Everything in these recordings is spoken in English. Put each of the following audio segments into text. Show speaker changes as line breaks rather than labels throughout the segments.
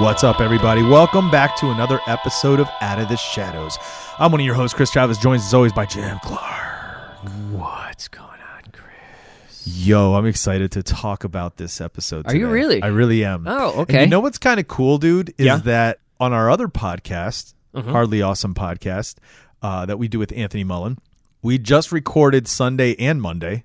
What's up, everybody? Welcome back to another episode of Out of the Shadows. I'm one of your hosts, Chris Travis, joined as always by Jim Clark.
What's going on, Chris?
Yo, I'm excited to talk about this episode.
Are you
today.
really?
I really am.
Oh,
And
okay.
you know what's kind of cool, dude, is
Yeah. Mm-hmm.
that on our other podcast, Hardly Awesome podcast, uh, that we do with Anthony Mullen, we just recorded Sunday and Monday.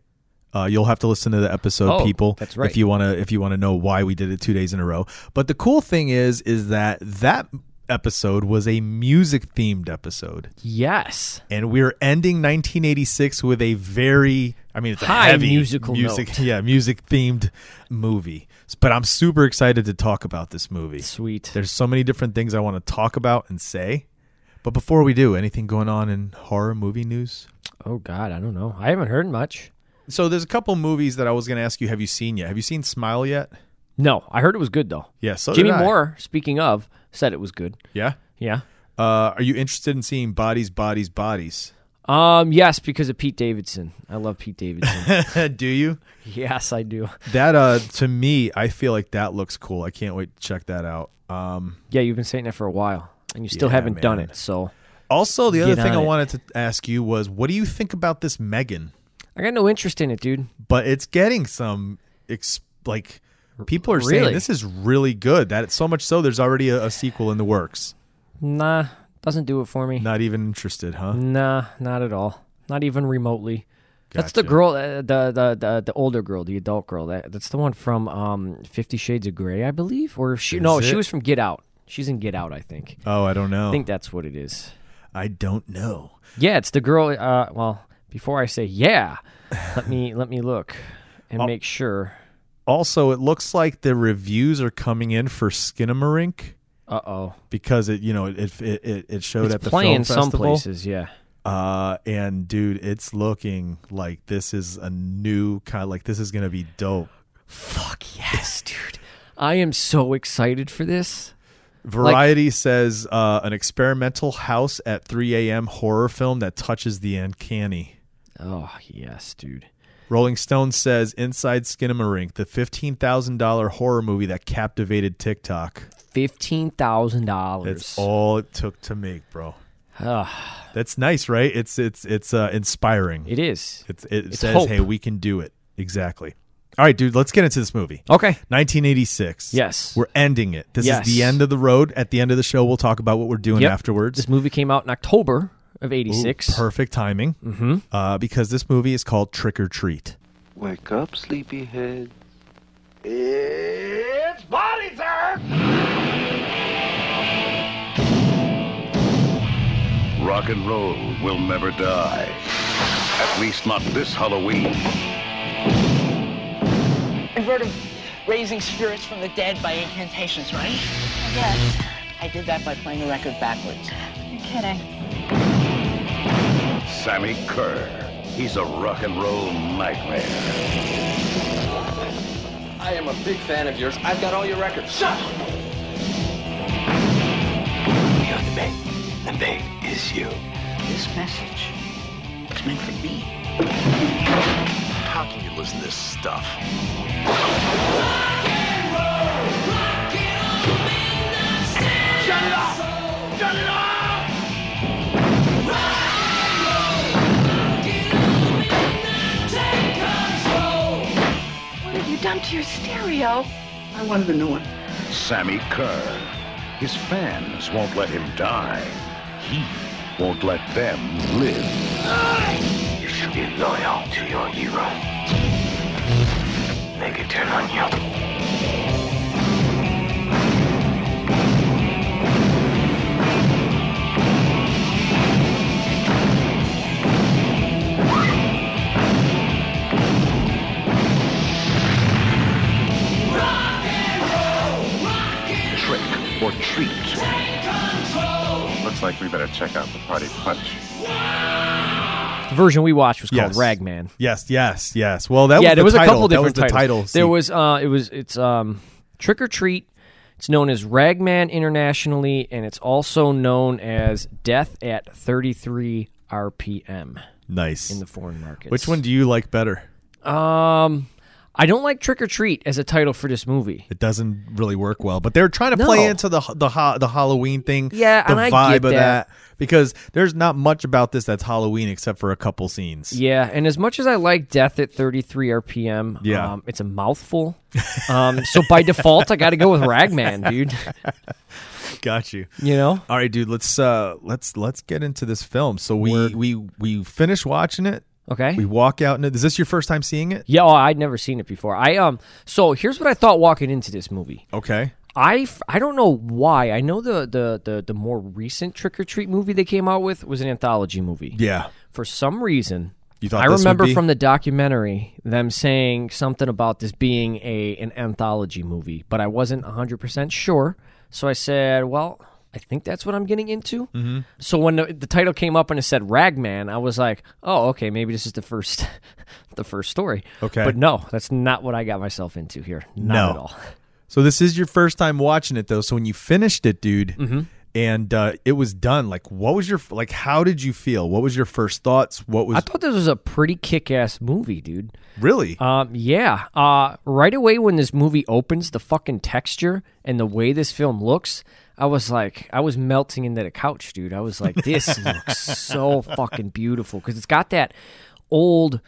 Uh, you'll have to listen to the episode,
Oh,
people,
that's right.
if you want to if you want to know why we did it two days in a row. But the cool thing is, is that that episode was a music themed episode,
Yes.
and we're ending 1986 with a very, I mean, it's a
High
heavy
musical
music,
note.
yeah, music themed movie. But I'm super excited to talk about this movie.
Sweet.
There's so many different things I want to talk about and say. But before we do, anything going on in horror movie news?
oh God, I don't know. I haven't heard much.
So there's a couple movies that I was going to ask you, have you seen yet? Have you seen Smile yet?
No, I heard it was good though.
Yeah, so
Jimmy
Oh, did I.
Moore, speaking of, said it was good.
Yeah.
Yeah.
Uh, are you interested in seeing Bodies, Bodies, Bodies?
Um. Yes, because of Pete Davidson. I love Pete Davidson.
do you?
yes, I do.
That uh, to me, I feel like that looks cool. I can't wait to check that out. Um,
Yeah, you've been saying that for a while, and you still
Yeah,
haven't done
man.
it. So
also, the other
Get
thing
on
I
it.
wanted to ask you was, what do you think about this Megan?
I got no interest in it, dude.
But it's getting some ex- like people are saying
Really?
this is really good. That it's so much so there's already a, a sequel in the works.
Nah, doesn't do it for me.
Not even interested, huh?
Nah, not at all. Not even remotely. That's the
Gotcha.
girl, uh, the, the the the older girl, the adult girl. That that's the one from um Fifty Shades of Grey, I believe. Or she? no,
Is
she
it?
was from Get Out. She's in Get Out, I think.
Oh, I don't know.
I think that's what it is.
I don't know.
Yeah, it's the girl. Uh, well, before I say yeah, let me let me look and
Oh.
make sure.
Also, it looks like the reviews are coming in for Skinamarink
Uh oh, because
because it, you know, it it it, it showed
it's
at the film
playing some
festival.
places. Yeah,
Uh, and dude, it's looking like this is a new kind. Like this is gonna be dope.
fuck yes, dude. I am so excited for this.
Variety says uh, an experimental house at 3 a.m. horror film that touches the uncanny.
Oh yes, dude.
Rolling Stone says Inside Skinamarink, the $15,000 horror movie that captivated TikTok.
Fifteen thousand
That's
dollars.
all it took to make, bro. That's nice, right? It's it's it's uh, inspiring.
Ah. It is.
It's, it says,
hope.
"Hey, we can do it." Exactly. All right, dude, let's get into this movie.
Okay.
1986.
Yes.
We're ending it. This
Yes.
is the end of the road. At the end of the show, we'll talk about what we're doing
Yep.
afterwards.
This movie came out in October of 86.
Perfect timing mm-hmm. uh, because this movie is called Trick or Treat.
Wake up, sleepyhead.
Rock and roll will never die. At least not this Halloween.
You've heard of raising spirits from the dead by incantations, right?
Yes,
I did that by playing the record backwards.
you're kidding.
Sammy Kerr. He's a rock and roll nightmare.
I am a big fan of yours. I've got all your records. Shut up!
You're the bait, and they is you. This message is meant for me. How can you listen to this stuff?
What have you done to your stereo?
I wanted a new one.
Sammy Kerr. His fans won't let him die. He won't let them live.
You should be loyal to your hero. They could turn on you.
we better check out the party punch.
The version we watched was called
Yes.
Ragman.
Yes, yes, yes. Well, that was
yeah, there
the
was
title.
a couple
that
different
was the title.
titles. There was uh, it was it's um, Trick or Treat. It's known as Ragman internationally, and it's also known as Death at 33 RPM
nice.
in the foreign markets.
Which one do you like better?
Um, I don't like Trick or Treat as a title for this movie.
It doesn't really work well, but they're trying to play
No.
into the the ha- the Halloween thing.
Yeah,
the
and I
vibe
get
of
that.
because there's not much about this that's Halloween except for a couple scenes.
Yeah, and as much as I like Death at 33 RPM,
Yeah.
um, it's a mouthful. Um, so by default, I got to go with Ragman, dude.
Got you.
You know,
All right, dude. Let's uh let's let's get into this film. So we we we finish watching it.
okay.
We walk out into. Is this your first time seeing it?
Yeah, oh, I'd never seen it before. I um, so here's what I thought walking into this movie.
Okay.
I, f- I don't know why. I know the the the, the more recent Trick or Treat movie they came out with was an anthology movie.
Yeah.
For some reason,
You thought
I
this would
remember
be-
from the documentary them saying something about this being a an anthology movie, but I wasn't 100% sure. So I said, well, I think that's what I'm getting into. Mm-hmm. So when the, the title came up and it said Ragman, I was like, oh, okay, maybe this is the first the first story.
Okay.
But no, that's not what I got myself into here. Not
No.
at all.
So this is your first time watching it though. So when you finished it, dude,
Mm-hmm.
and uh, it was done, like what was your like? How did you feel? What was your first thoughts? What was
I thought this was a pretty kick-ass movie, dude.
really?
Um, yeah. Uh, right away when this movie opens, the fucking texture and the way this film looks, I was like, I was melting into the couch, dude. I was like, this looks so fucking beautiful because it's got that old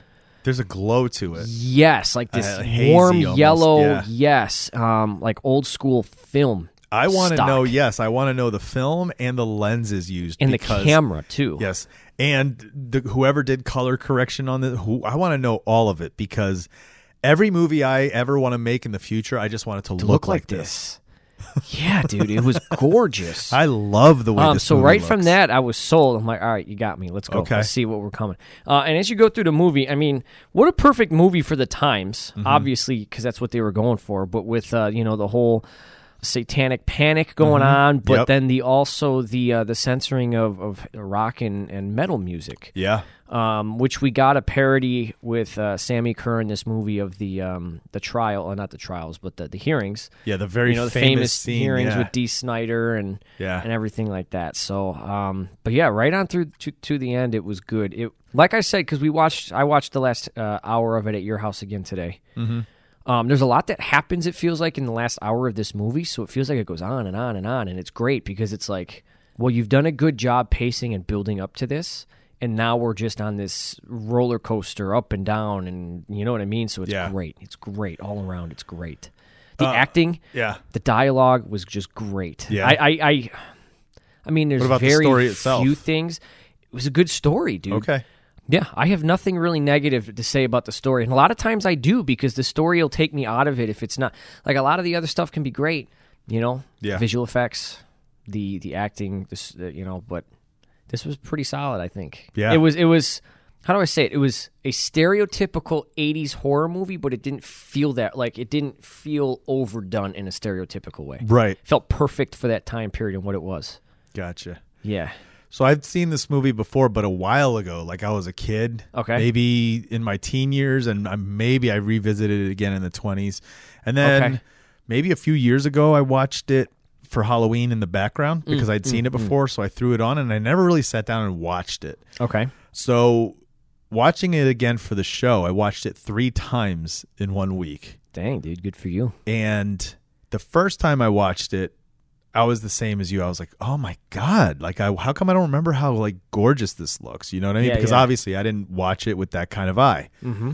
There's a glow to it.
yes, like this
Uh, hazy
warm
almost,
yellow
yeah.
yes, um, like old school film.
I want to
stock.
know. Yes, I want to know the film and the lenses used
and the
because-
camera too.
Yes, and the, whoever did color correction on the, who I want to know all of it because every movie I ever want to make in the future, I just want it to,
To look like, this. yeah, dude, it was gorgeous.
I love the way.
Um,
this
so
movie
right from
looks.
that, I was sold. I'm like, all right, you got me. Let's go.
Okay.
Let's see what we're coming. Uh, and as you go through the movie, I mean, what a perfect movie for the times,
Mm-hmm.
obviously, because that's what they were going for. But with uh, you know the whole satanic panic going on, but
Mm-hmm. Yep.
then the also the uh, the censoring of of rock and, and metal music,
yeah,
um, which we got a parody with uh, Sammy Kerr in this movie of the um, the trial, or not the trials, but the, the hearings
yeah, the very
you know, the
famous,
famous,
scene,
hearings
yeah.
with D. Snyder and
Yeah.
and everything like that. So, um, but yeah, right on through to, to the end, it was good. It like I said because we watched, I watched the last uh, hour of it at your house again today. Mm-hmm. Um, there's a lot that happens. It feels like in the last hour of this movie, so it feels like it goes on and on and on, and it's great because it's like, well, you've done a good job pacing and building up to this. And now we're just on this roller coaster up and down, and you know what I mean? So it's
Yeah. Uh,
great. It's great all around. It's great. The acting,
yeah.
the dialogue was just great.
Yeah.
I, I, I, I mean, there's
What about the
very
story itself?
few things. It was a good story, dude.
Okay.
Yeah, I have nothing really negative to say about the story, and a lot of times I do because the story will take me out of it if it's not like a lot of the other stuff can be great, you know.
Yeah.
Visual effects, the the acting, this uh, you know, but this was pretty solid. I think.
Yeah.
It was. It was. How do I say it? It was a stereotypical '80s horror movie, but it didn't feel that like it didn't feel overdone in a stereotypical way.
Right.
It felt perfect for that time period and what it was.
Gotcha.
Yeah.
So I've seen this movie before, but a while ago, like I was a kid.
Okay.
Maybe in my teen years, and I, maybe I revisited it again in the twenties, and then
Okay.
maybe a few years ago, I watched it for Halloween in the
Mm,
background because I'd seen it before, so I threw it on, and I never really sat down and watched it.
Okay.
So watching it again for the show, I watched it three times in one week,
Dang, dude, good for you.
and the first time I watched it. I was the same as you. I was like, "Oh my god! Like, I how come I don't remember how like gorgeous this looks? You know what I mean?
Yeah,
because
yeah.
obviously I didn't watch it with that kind of eye.
Mm-hmm.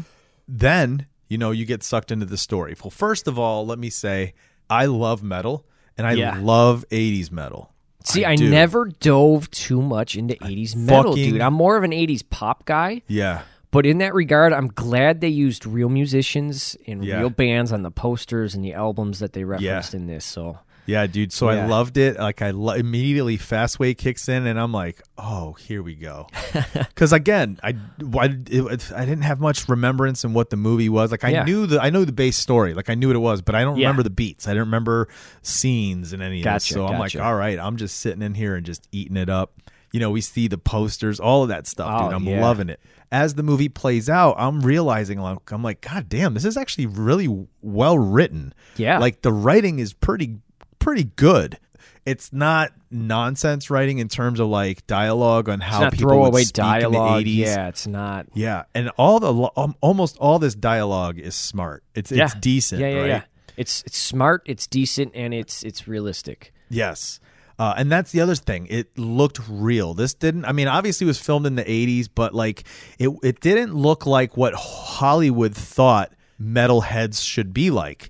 Then you know you get sucked into the story. Well, first of all, let me say I love metal and I
Yeah.
love '80s metal.
See, I,
do.
never dove too much into 80s metal,
fucking-
dude. I'm more of an 80s pop guy,
Yeah,
but in that regard, I'm glad they used real musicians and
Yeah.
real bands on the posters and the albums that they referenced in this. So
Yeah, dude. So I
Yeah.
loved it. Like I lo- immediately Fastway kicks in, and I'm like, oh, here we go. Because again, I why it, it- I didn't have much remembrance in what the movie was. Like I
Yeah.
knew the I know the base story. Like I knew what it was, but I don't
Yeah.
remember the beats. I don't remember scenes and any
Gotcha,
of this. So I'm like,
gotcha.
all right, I'm just sitting in here and just eating it up. You know, we see the posters, all of that stuff,
Oh,
dude. I'm
yeah.
loving it. As the movie plays out, I'm realizing like I'm like, God damn, this is actually really well written.
Yeah.
Like the writing is pretty pretty good. It's not nonsense writing in terms of like dialogue on
It's
how
not
people
throwaway
would speak
dialogue.
in the 80s.
Yeah, it's not.
Yeah, and all the lo- um, almost all this dialogue is smart. It's it's
yeah.
decent,
Yeah, yeah,
right?
yeah. It's it's smart, it's decent, and it's it's realistic.
Yes. Uh, and that's the other thing. It looked real. This didn't. I mean, obviously, it was filmed in the '80s, but like, it it didn't look like what Hollywood thought metalheads should be like.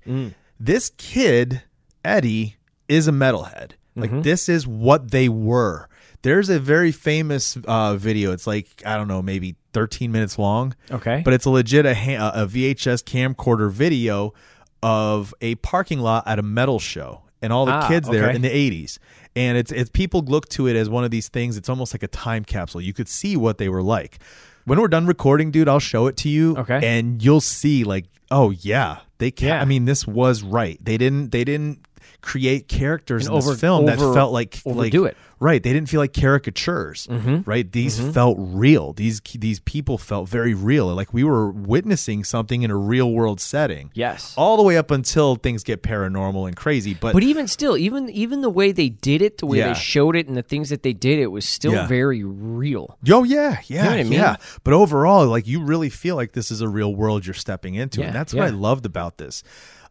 This kid Eddie is a metalhead. Like, this is what they were. There's a very famous uh, video. It's like I don't know, maybe 13 minutes long.
Okay.
But it's a legit a, ha- a VHS camcorder video of a parking lot at a metal show and all the
Ah,
kids there
okay.
in the 80s. And it's it's people look to it as one of these things. It's almost like a time capsule. You could see what they were like. When we're done recording, dude, I'll show it to you.
Okay.
And you'll see like, oh yeah, they can
Yeah.
I mean, this was right. They didn't they didn't create characters
And
in
over-
this film that
over-
felt like
overdo
like,
it.
Right. They didn't feel like caricatures. Right. These felt real. These these people felt very real. Like we were witnessing something in a real world setting.
Yes.
All the way up until things get paranormal and crazy. But,
But even still, even even the way they did it, the way
Yeah.
they showed it, and the things that they did, it was still
Yeah.
very real.
oh yeah, yeah,
know what I mean?
yeah. But overall, like you really feel like this is a real world you're stepping into,
Yeah,
and that's what I
yeah.
loved about this.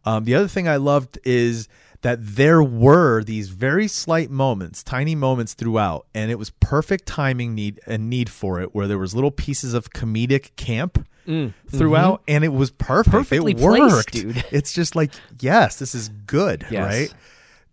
Um, the other thing I loved is that there were these very slight moments, tiny moments throughout, and it was perfect timing need and need for it, where there was little pieces of comedic camp throughout, and it was perfect.
Mm, mm-hmm. Perfectly
it
placed,
worked,
dude.
It's just like, yes, this is good,
Yes.
right?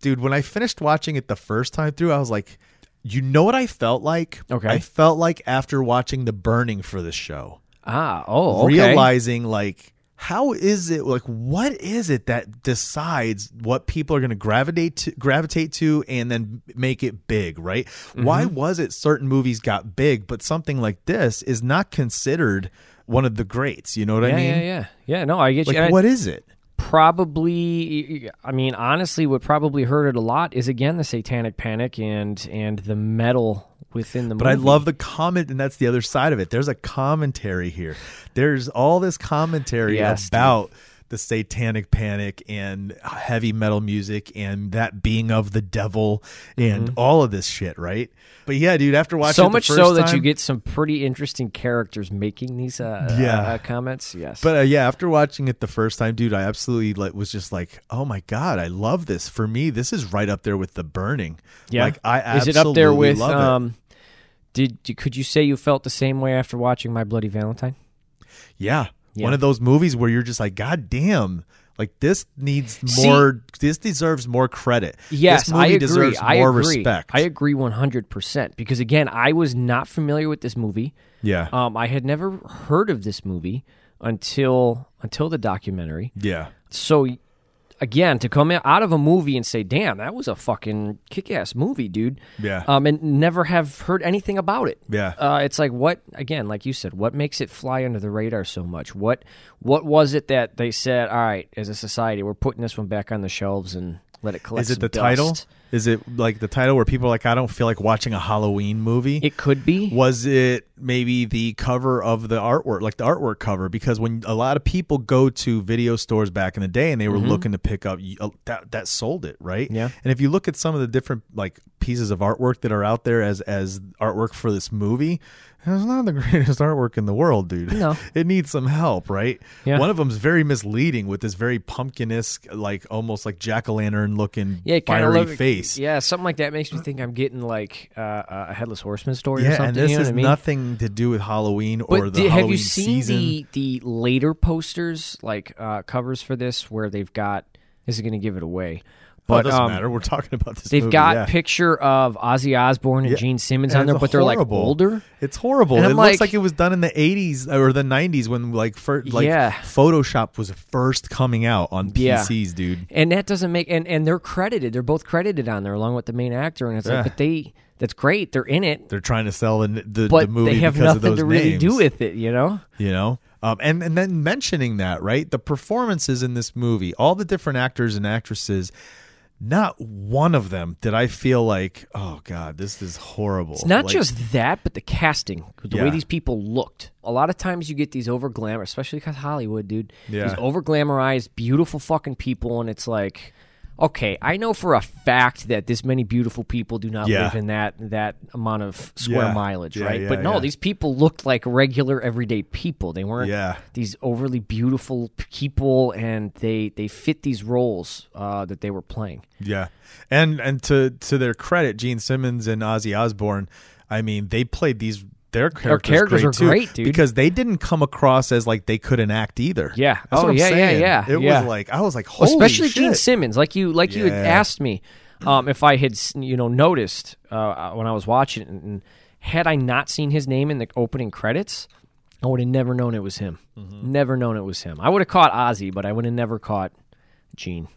Dude, when I finished watching it the first time through, I was like, you know what I felt like?
Okay.
I felt like after watching The Burning for the show
Ah, oh, okay.
realizing like how is it like what is it that decides what people are going to gravitate to gravitate to and then make it big right why
Mm-hmm.
was it certain movies got big but something like this is not considered one of the greats you know what
yeah,
i mean
yeah, yeah, yeah. No, I get you.
like
And I
what is it
probably, I mean, honestly, what probably hurt it a lot is again the Satanic Panic and and the metal within the.
But I love the comment, and that's the other side of it. There's a commentary here. There's all this commentary
Yes, dude.
about the satanic panic and heavy metal music and that being of the devil and all of this shit, right? But yeah, dude, after watching it
Mm-hmm. so
the
much
first
so that you
time-
get some pretty interesting characters making these uh,
Yeah.
uh, uh, comments. Yes,
But uh, yeah, after watching it the first time, dude, I absolutely like was just like, "Oh my god, I love this." For me, this is right up there with the burning.
yeah,
like I
is
absolutely
it up there with?
love it.
Um, did could you say you felt the same way after watching My Bloody Valentine?
Yeah.
Yeah.
One of those movies where you're just like, God damn, like this needs
See-
more, this deserves more credit.
Yes,
this movie
I agree.
deserves
I
more
agree.
respect.
I agree one hundred percent because again, I was not familiar with this movie.
yeah.
Um, I had never heard of this movie until until the documentary.
yeah.
So again, to come out of a movie and say, "Damn, that was a fucking kick-ass movie, dude,"
Yeah.
um, and never have heard anything about it.
Yeah.
uh, it's like what again? Like you said, what makes it fly under the radar so much? What what was it that they said? All right, as a society, we're putting this one back on the shelves and let it collect.
Is it
some
the
dust."
title? Is it like the title where people are like, I don't feel like watching a Halloween movie?
It could be.
was it maybe the cover of the artwork like the artwork cover because when a lot of people go to video stores back in the day and they were looking to pick up uh, that that sold it right
Mm-hmm. Yeah.
and if you look at some of the different like pieces of artwork that are out there as as artwork for this movie it's not the greatest artwork in the world dude
No.
it needs some help right
Yeah.
one of them's very misleading with this very pumpkin-esque like almost like jack-o'-lantern looking
Yeah, kind
fiery
of look,
face
Yeah, something like that makes me think I'm getting like uh, uh, a headless horseman story or
yeah,
something.
and this
you know
is
what I mean?
nothing to do with Halloween or
But
the
did-
Halloween
have you seen
season.
the the later posters like uh, covers for this where they've got? This is going to give it away,
But
But
it Oh, doesn't
um,
matter. We're talking about this.
They've
movie,
got
yeah.
picture of Ozzy Osbourne and
Yeah.
Gene Simmons
And
on there,
it's
but they're
horrible.
like older.
It's horrible.
And
It
I'm
looks
like-
like it was done in the '80s or the '90s when like fir- like
Yeah.
Photoshop was first coming out on
Yeah.
PCs, dude.
and that doesn't make and and they're credited they're both credited on there along with the main actor and it's
Yeah.
like but they that's great they're in it
They're trying to sell the the,
but
the movie
they have
because of
nothing
those
to really do
names.
with it you know
you know um, and and then mentioning that right the performances in this movie all the different actors and actresses not one of them did i feel like oh god this is horrible
it's not
Like,
just that but the casting the
Yeah.
way these people looked a lot of times you get these over glamour especially because hollywood dude
Yeah.
these over glamorized beautiful fucking people and it's like okay i know for a fact that this many beautiful people do not
Yeah.
live in that that amount of square
Yeah.
mileage
Yeah,
right
yeah,
but no
yeah.
these people looked like regular everyday people they weren't
Yeah.
these overly beautiful people and they they fit these roles uh, that they were playing
yeah and and to to their credit gene simmons and ozzy osbourne i mean they played these their characters,
characters
great
were
too,
great, dude.
because they didn't come across as like they couldn't act either
Yeah.
that's
Oh,
what i'm
yeah, yeah,
saying
yeah,
it
yeah.
was like i was like Holy
especially
shit.
Gene Simmons like you like you had
Yeah.
asked me um, if I had s- you know noticed uh, when I was watching it, and had I not seen his name in the opening credits I would have never known it was him
Mm-hmm.
never known it was him I would have caught Ozzy but I would have never caught Gene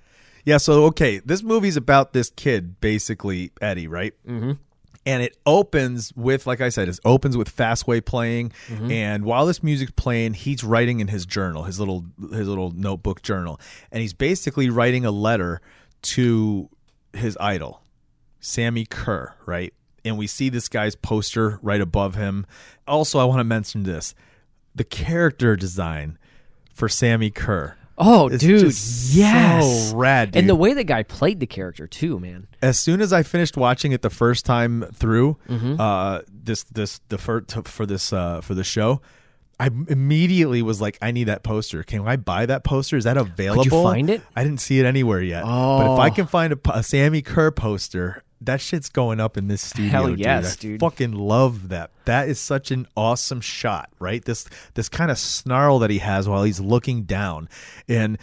Yeah, so okay, this movie's about this kid, basically Eddie, right? Mm-hmm. And it opens with, like I said, it opens with Fastway playing,
Mm-hmm.
and while this music's playing, he's writing in his journal, his little his little notebook journal, and he's basically writing a letter to his idol, Sammy Kerr, right? And we see this guy's poster right above him. Also, I want to mention this: the character design for Sammy Kerr.
oh
It's
dude
just so
yes
rad,
and the
dude.
way the guy played the character too man
as soon as I finished watching it the first time through,
Mm-hmm.
uh, this this the fir- t- for this uh, for the show, I immediately was like, I need that poster. Can I buy that poster? Is that available?
find it? Oh.
I didn't see it anywhere yet. But if I can find a, po- a Sammy Kerr poster, that shit's going up in this studio.
Hell
dude.
yes,
I
dude.
Fucking love that. That is such an awesome shot, right? This this kind of snarl that he has while he's looking down, and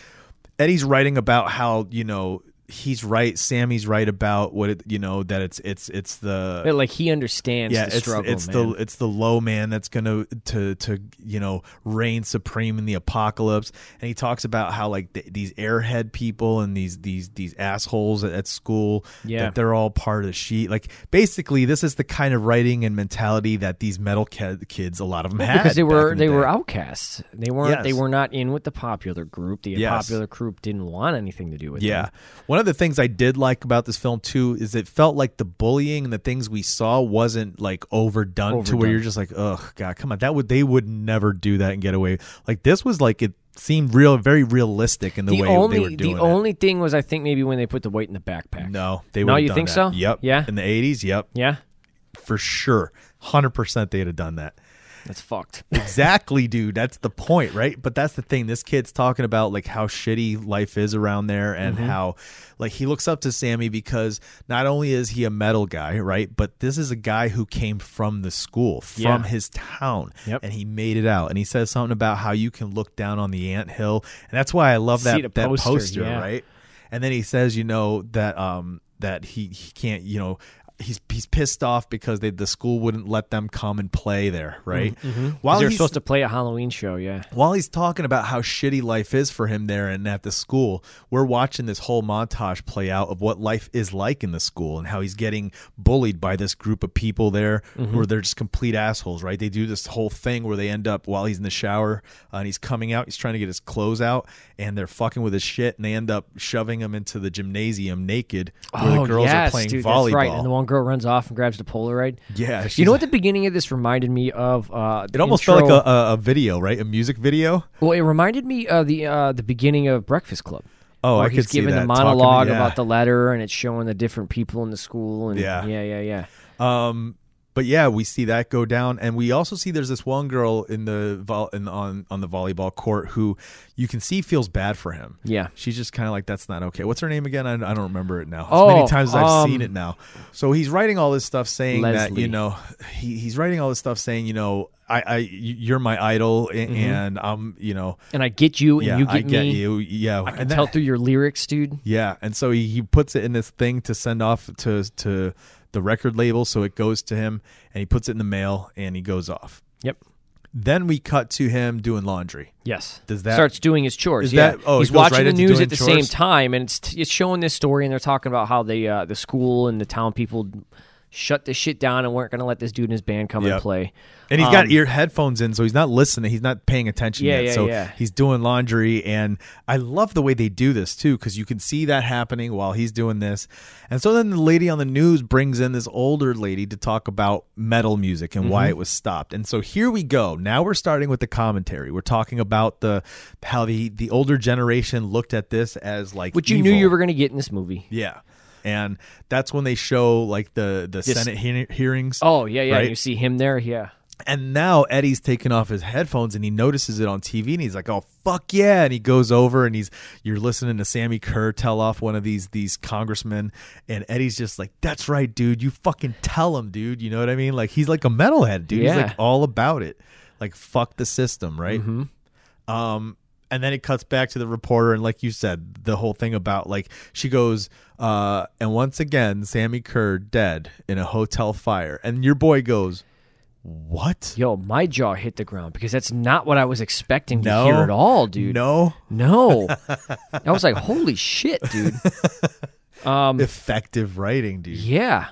Eddie's writing about how you know he's right, Sammy's right about what it, you know that it's it's it's the
like he understands
yeah,
the
it's,
struggle
it's
man.
the it's the low man that's gonna to to you know reign supreme in the apocalypse. And he talks about how like th- these airhead people and these these these assholes at, at school
Yeah.
that they're all part of the sheet. Like basically, this is the kind of writing and mentality that these metal kid, kids a lot of them had
because they
back
were
in the
they were
day.
outcasts. They weren't they
Yes.
were not in with the popular group. The
Yes.
popular group didn't want anything to do with
Yeah.
them.
One of the things I did like about this film too is it felt like the bullying and the things we saw wasn't like overdone, to where
Overdone.
you're just like, "Ugh, god, come on. That would they would never do that and get away." Like this was like it seemed real very realistic in the,
The
way
only
they were doing
the
it.
only thing was I think maybe when they put the weight in the backpack.
No, they would
No,
have
you
done
think
that.
so?
Yep.
Yeah.
In the 80s, yep.
Yeah?
For sure. 100% they'd have done that.
That's fucked.
Exactly, dude. That's the point, right? But that's the thing. This kid's talking about like how shitty life is around there and
Mm-hmm.
how like he looks up to Sammy because not only is he a metal guy, right? But this is a guy who came from the school, from
Yeah.
his town,
Yep.
and he made it out. And he says something about how you can look down on the anthill. And that's why I love that
See the
that
poster,
poster,
yeah.
right? And then he says, you know, that um that he he can't, you know, he's he's pissed off because they the school wouldn't let them come and play there, right?
Mm-hmm.
While
They're
he's-
supposed to play a Halloween show, yeah.
while he's talking about how shitty life is for him there and at the school, we're watching this whole montage play out of what life is like in the school and how he's getting bullied by this group of people there
Mm-hmm.
who are they're just complete assholes, right? They do this whole thing where they end up while he's in the shower uh, and he's coming out, he's trying to get his clothes out and they're fucking with his shit and they end up shoving him into the gymnasium naked where
oh,
the girls
yes,
are playing
dude,
volleyball.
That's right. And the one girl runs off and grabs the Polaroid.
Yeah, she's-
You know what the beginning of this reminded me of? Uh, the
it almost
intro,
felt like a, a, a video, right? A music video.
Well, it reminded me of the uh, the beginning of Breakfast Club.
Oh,
where
I
he's
could see
giving
that.
the
Talking-
monologue
yeah.
about the letter, and it's showing the different people in the school, and
Yeah.
yeah, yeah, yeah.
Um, But yeah, we see that go down, and we also see there's this one girl in the vol- in, on on the volleyball court who you can see feels bad for him.
Yeah.
she's just kind of like that's not okay. What's her name again? I, I don't remember it now. As
Oh,
many times as I've
um,
seen it now. So he's writing all this stuff saying that you
Leslie.
know he, he's writing all this stuff saying you know I, I you're my idol and, and I'm you know
And I get you, Mm-hmm. and
yeah
you get
I get
me.
you yeah
I can
and that-
tell through your lyrics, dude.
yeah, and so he, he puts it in this thing to send off to to the record label, so it goes to him, and he puts it in the mail, and he goes off.
Yep.
Then we cut to him doing laundry.
Yes.
Does that-
starts doing his chores?
Is
yeah.
that- oh, it
he's
goes
watching
right
the
into
news
doing
at the same
chores?
time, and it's it's showing this story, and they're talking about how the uh, the school and the town people shut this shit down and weren't going to let this dude and his band come
Yep.
and play.
And he's
he's
got ear headphones in, so he's not listening. He's not paying attention
Um, Yeah,
yet.
yeah,
so
yeah.
he's doing laundry, and I love the way they do this too, because you can see that happening while he's doing this. And so then the lady on the news brings in this older lady to talk about metal music and
Mm-hmm.
why it was stopped. And so here we go. Now we're starting with the commentary. We're talking about the how the the older generation looked at this as like
Which you knew
evil.
you were going to get in this movie.
yeah. And that's when they show like the the Senate hear- hearings.
Oh yeah, yeah.
Right?
You see him there, yeah.
And now Eddie's taking off his headphones and he notices it on TV and he's like, "Oh fuck yeah!" And he goes over and he's you're listening to Sammy Kerr tell off one of these these congressmen, and Eddie's just like, "That's right, dude. You fucking tell him, dude. You know what I mean? Like he's like a metalhead, dude.
Yeah.
He's like all about it. Like fuck the system, right? Um, and then it cuts back to the reporter, and like you said, the whole thing about like she goes, uh, and once again, Sammy Kerr dead in a hotel fire, and your boy goes, "What?
Yo, my jaw hit the ground because that's not what I was expecting
No.
to hear at all, dude.
No,
No. I was like, holy shit, dude.
effective writing, dude.
Yeah.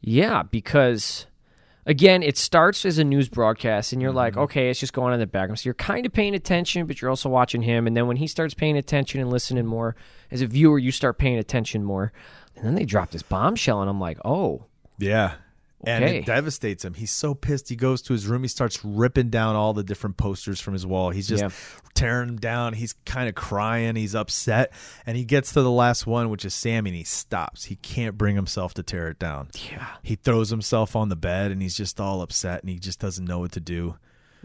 Yeah. Because again, it starts as a news broadcast and you're like,
Mm-hmm.
okay, it's just going on in the background. So you're kind of paying attention, but you're also watching him. And then when he starts paying attention and listening more, as a viewer, you start paying attention more. And then they drop this bombshell and I'm like, oh,
Yeah. And
Okay.
it devastates him. He's so pissed. He goes to his room. He starts ripping down all the different posters from his wall. He's just
Yeah.
tearing them down. He's kind of crying. He's upset. And he gets to the last one, which is Sammy, and he stops. He can't bring himself to tear it down. Yeah. He throws himself on the bed and he's just all upset and he just doesn't know what to do.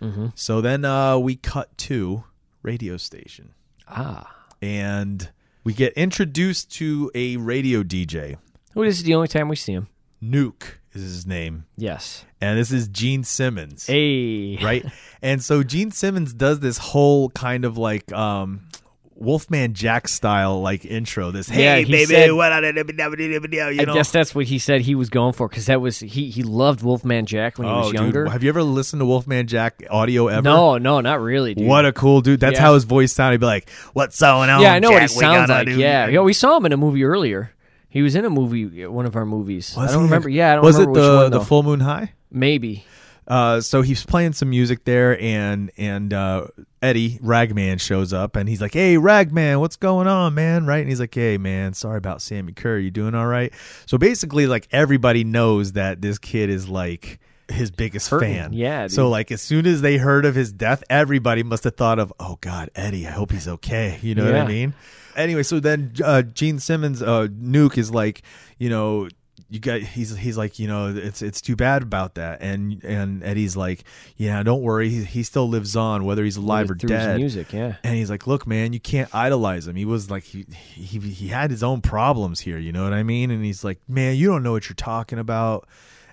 Mm-hmm.
So then uh, we cut to radio station. Ah. And we get introduced to a radio DJ.
well, Oh, this is the only time we see him.
Nuke is his name
Yes.
and this is Gene Simmons,
Hey.
right? and so Gene Simmons does this whole kind of like um, Wolfman Jack style like intro. This
Yeah,
hey
he
baby,
said-
what I you
I
know?
guess that's what he said he was going for because that was he. He loved Wolfman Jack when he was
oh,
younger.
dude, have you ever listened to Wolfman Jack audio ever?
no, no, not really, dude.
What a cool dude! That's
Yeah.
how his voice sounded. He'd be like, "What's going on?"
yeah, I know what he
Jack? We
sounds
gotta
like.
do-"
Yeah, yeah, we saw him in a movie earlier. He was in a movie, one of our movies.
Was
I don't
he?
remember. Yeah, I don't
was
remember
it the
which one,
the
though.
full moon high?
Maybe.
Uh, so he's playing some music there, and and uh, Eddie Ragman shows up, and he's like, "Hey, Ragman, what's going on, man?" Right? And he's like, "Hey, man, sorry about Sammy Kerr. You doing all right?" So basically, like everybody knows that this kid is like his biggest
Hurting.
fan.
Yeah, dude.
So like as soon as they heard of his death, everybody must have thought of, "Oh God, Eddie. I hope he's okay." You know what I
Yeah.
mean? Anyway, so then uh, Gene Simmons, uh, Nuke is like, you know, you got he's he's like, you know, it's it's too bad about that, and and Eddie's like, yeah, don't worry, he, he still lives on whether he's alive or
Through his
dead.
music, yeah.
And he's like, look, man, you can't idolize him. He was like, he, he he had his own problems here. You know what I mean? And he's like, man, you don't know what you're talking about.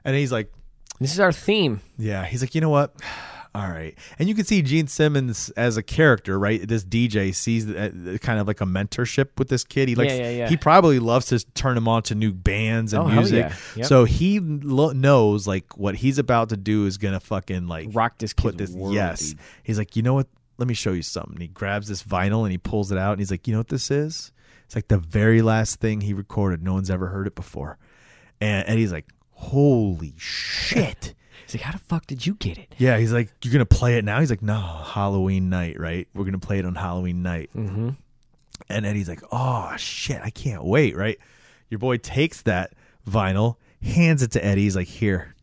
And he's like,
This is our theme.
yeah, he's like, you know what? All right, and you can see Gene Simmons as a character, right? This DJ sees uh, kind of like a mentorship with this kid. He like
Yeah, yeah, yeah.
he probably loves to turn him on to new bands and
Oh, hell
music.
yeah. Yep.
So he lo- knows like what he's about to do is gonna fucking like
Rock this
put
kid's
this.
world,
yes,
dude.
he's like, you know what? Let me show you something. He grabs this vinyl and he pulls it out and he's like, you know what this is? It's like the very last thing he recorded. No one's ever heard it before, and and he's like, holy shit.
He's like, how the fuck did you get it?
Yeah, he's like, you're gonna play it now. He's like, no, Halloween night, right? We're gonna play it on Halloween night. Mm-hmm. And Eddie's like, oh shit, I can't wait, right? Your boy takes that vinyl, hands it to Eddie. He's like, here,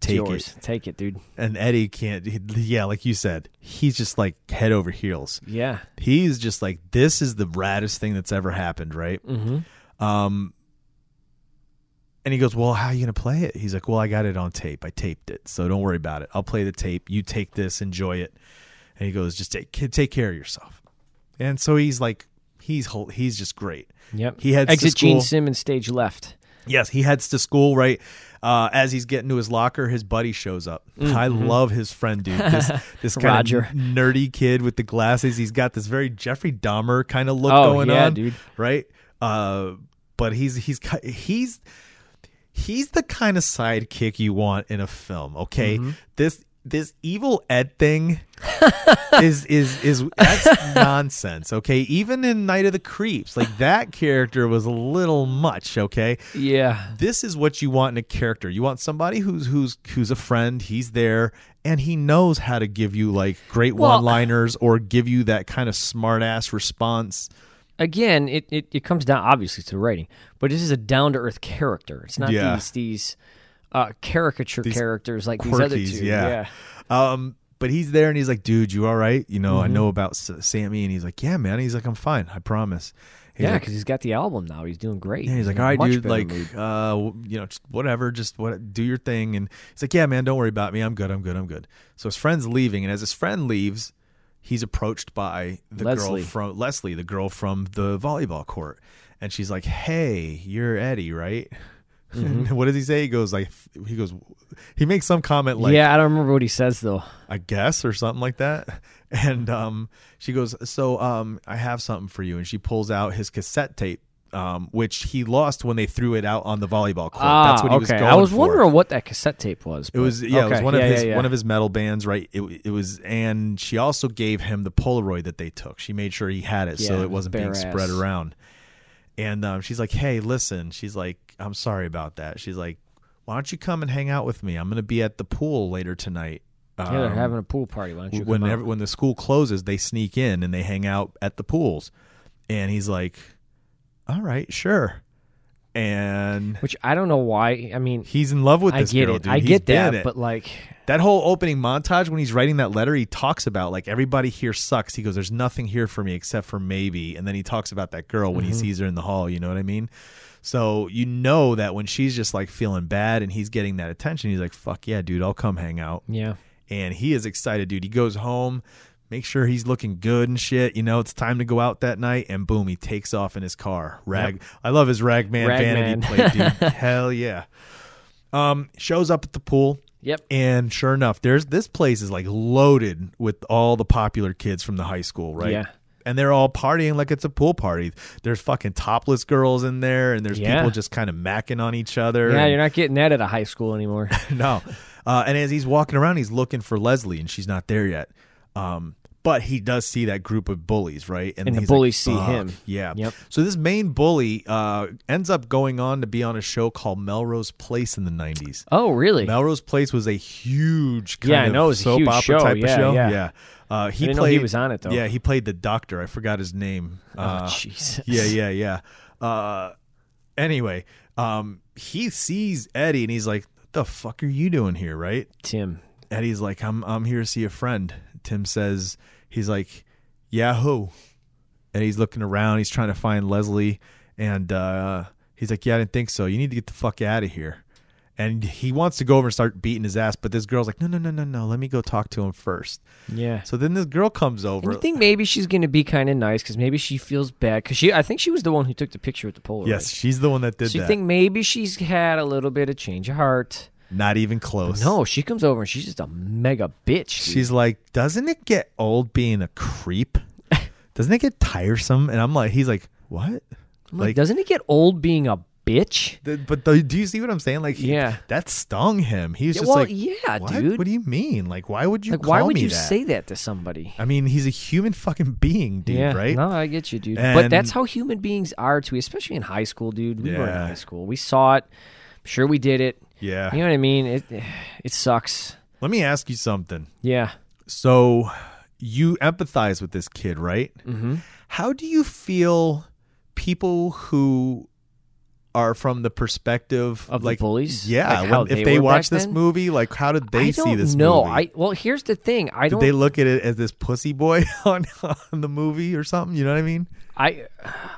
take
it's yours.
it.
Take it, dude.
And Eddie can't. he- yeah, like you said, he's just like head over heels.
Yeah.
He's just like, this is the raddest thing that's ever happened, right? Mm-hmm. Um, And he goes, Well, how are you going to play it? He's like, Well, I got it on tape. I taped it. So don't worry about it. I'll play the tape. You take this, enjoy it. And he goes, Just take, take care of yourself. And so he's like, He's whole, he's just great.
Yep.
He heads
exit
to school.
Gene Simmons stage left.
Yes, he heads to school right uh, as he's getting to his locker. His buddy shows up. I love his friend, dude. This this kind
Mm-hmm. Roger.
of nerdy kid with the glasses. He's got this very Jeffrey Dahmer kind of look
Oh,
going
yeah,
on,
dude.
Right? Uh, but he's he's ki- he's he's the kind of sidekick you want in a film. Okay,
Mm-hmm.
this this evil Ed thing is is is that's nonsense. Okay, even in Night of the Creeps, like that character was a little much. Okay,
Yeah.
this is what you want in a character. You want somebody who's who's who's a friend. He's there and he knows how to give you like great
Well-
one-liners or give you that kind of smart-ass response.
Again, it, it, it comes down obviously to the writing, but this is a down to earth character. It's not
Yeah.
these these uh, caricature characters like these other
quirkies,
two.
yeah. Um, but he's there and he's like, "Dude, you all right? You know, I
Mm-hmm.
know about S- Sammy." And he's like, "Yeah, man." He's like, "I'm fine. I promise." He's
Yeah,
like,
because he's got the album now. He's doing great.
Yeah, he's like,
in a
all right,
much
dude,
better
like,
mood.
uh, w- you know, just whatever, just what, do your thing. And he's like, yeah, man, don't worry about me. I'm good. I'm good. I'm good. So his friend's leaving, and as his friend leaves, he's approached by the
Leslie.
girl from Leslie, the girl from the volleyball court, and she's like, hey, you're Eddie, right?
Mm-hmm.
And what does he say? He goes like, he goes, he makes some comment like,
yeah, I don't remember what he says though.
I guess, or something like that. And um, she goes, "So um, I have something for you." And she pulls out his cassette tape, um, which he lost when they threw it out on the volleyball court. That's what he was
Ah, okay.
going
I was
for.
wondering what that cassette tape was.
It was yeah, it was one of his one of
his.
his metal bands, right? It, it was, and she also gave him the Polaroid that they took. She made sure he had it,
Yeah,
so it
it was
wasn't being
bare
spread
ass.
around. And um, she's like, "Hey, listen." She's like, "I'm sorry about that." She's like, "Why don't you come and hang out with me? I'm going to be at the pool later tonight."
Yeah, they're
Um,
having a pool party. Why don't you?
when
come out?
every, when the school closes, they sneak in and they hang out at the pools. And he's like, "All right, sure." And
Which I don't know why. I mean,
he's in love with
I
this
get
girl,
it.
dude.
I
He's
get
been
that,
it.
but like,
that whole opening montage when he's writing that letter, he talks about like everybody here sucks. He goes, "There's nothing here for me except for maybe." And then he talks about that girl when
Mm-hmm.
he sees her in the hall. You know what I mean? So you know that when she's just like feeling bad and he's getting that attention, he's like, "Fuck yeah, dude, I'll come hang out."
yeah,
and he is excited, dude. He goes home, make sure he's looking good and shit. You know, it's time to go out that night, and boom, he takes off in his car. Rag, I love his ragman
Rag man.
vanity plate, dude. Hell yeah. Um, shows up at the pool.
Yep.
And sure enough, there's this place is like loaded with all the popular kids from the high school, right?
Yeah.
And they're all partying like it's a pool party. There's fucking topless girls in there, and there's
Yeah.
people just kind of macking on each other.
yeah,
and-
you're not getting that at a high school anymore.
no. Uh, and as he's walking around, he's looking for Leslie, and she's not there yet. Um, but he does see that group of bullies, right?
And the
he's
bullies see
"Fuck,
him."
Yeah.
Yep.
So this main bully uh, ends up going on to be on a show called Melrose Place in the '90s.
oh, really?
Melrose Place was a huge kind
Yeah, I
of
know it was a
soap
huge
opera
show.
type
Yeah,
of show.
yeah.
Uh, he
I didn't know
played
he was on it, though.
Yeah, he played the doctor. I forgot his name.
oh,
Uh,
Jesus.
yeah, yeah, yeah. Uh, anyway, um, he sees Eddie and he's like, "The fuck are you doing here?" Right?
Tim.
Eddie's like, "I'm I'm here to see a friend." Tim says, "He's like, Yahoo," and he's looking around. He's trying to find Leslie, and uh, he's like, "Yeah, I didn't think so. You need to get the fuck out of here." And he wants to go over and start beating his ass, but this girl's like, "No, no, no, no, no. Let me go talk to him first.
Yeah.
So then this girl comes over.
And you think maybe she's gonna be kind of nice because maybe she feels bad because she I think she was the one who took the picture with the Polaroid.
yes, she's the one that did
So you
that.
think maybe she's had a little bit of change of heart?
Not even close.
No, she comes over and she's just a mega bitch. dude.
She's like, doesn't it get old being a creep? Doesn't it get tiresome? And I'm like, he's like, what?
I'm like, doesn't it get old being a bitch?
th- but the, do you see what I'm saying? Like, he-
Yeah.
that stung him. He was
Yeah,
just
well,
like,
yeah,
what?
dude.
What do you mean? Like, why would you?
Like, why
call
would
me
you
that?
say that to somebody?
I mean, he's a human fucking being, dude.
yeah,
right?
No, I get you, dude. but that's
And-
how human beings are too, especially in high school, dude. We were in
Yeah.
high school. We saw it. I'm sure we did it.
Yeah.
You know what I mean? It it sucks.
Let me ask you something.
Yeah.
So, you empathize with this kid, right? Mm-hmm. How do you feel? People who are from the perspective
Of the
like,
bullies?
Yeah,
Like how
when- if
they
they
were back
watch this
then?
movie, like how did they
I
see
don't
this
know.
movie?
I well, here's the thing. I
did
don't.
they look at it as this pussy boy on, on the movie or something? You know what I mean?
I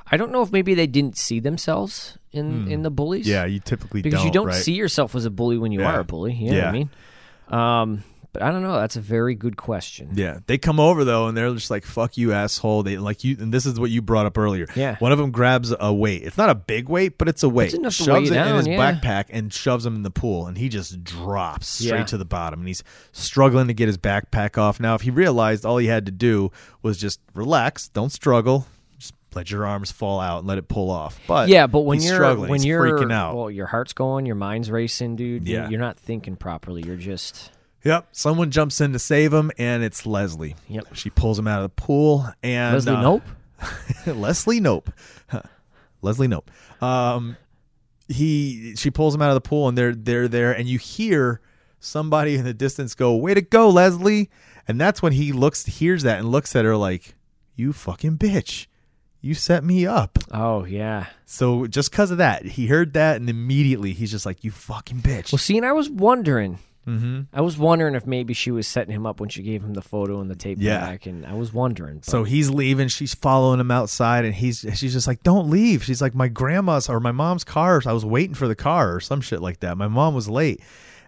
I don't know if maybe they didn't see themselves in in the bullies.
Hmm. Yeah, you typically
because you don't
right?
see yourself as a bully when you
Yeah.
are a bully. You know
Yeah.
what I mean? Um, but I don't know. That's a very good question.
Yeah, they come over though, and they're just like, "Fuck you, asshole!" They like you, and this is what you brought up earlier.
Yeah.
one of them grabs a weight. It's not a big weight, but it's a weight.
enough to
shoves
weigh you
it in
down,
his
yeah.
backpack and shoves him in the pool, and he just drops straight
Yeah.
to the bottom. And he's struggling to get his backpack off. Now, if he realized all he had to do was just relax, don't struggle, just let your arms fall out and let it pull off. But
Yeah, but when
he's
you're
struggling,
when
he's
you're
freaking out,
well, your heart's going, your mind's racing, dude. you-
Yeah.
you're not thinking properly. You're just
Yep. Someone jumps in to save him, and it's Leslie.
Yep.
She pulls him out of the pool, and
Leslie
uh,
Nope.
Leslie Nope. Huh. Leslie Nope. Um, he she pulls him out of the pool, and they're they're there, and you hear somebody in the distance go, "Way to go, Leslie!" And that's when he looks hears that and looks at her like, "You fucking bitch." You set me up.
Oh yeah.
So just because of that, he heard that, and immediately he's just like, "You fucking bitch."
Well, see, and I was wondering.
Mm-hmm.
I was wondering if maybe she was setting him up when she gave him the photo and the tape
Yeah.
back, and I was wondering. but-
So he's leaving. She's following him outside, and he's she's just like, "Don't leave." She's like, "My grandma's or my mom's car. I was waiting for the car or some shit like that. My mom was late."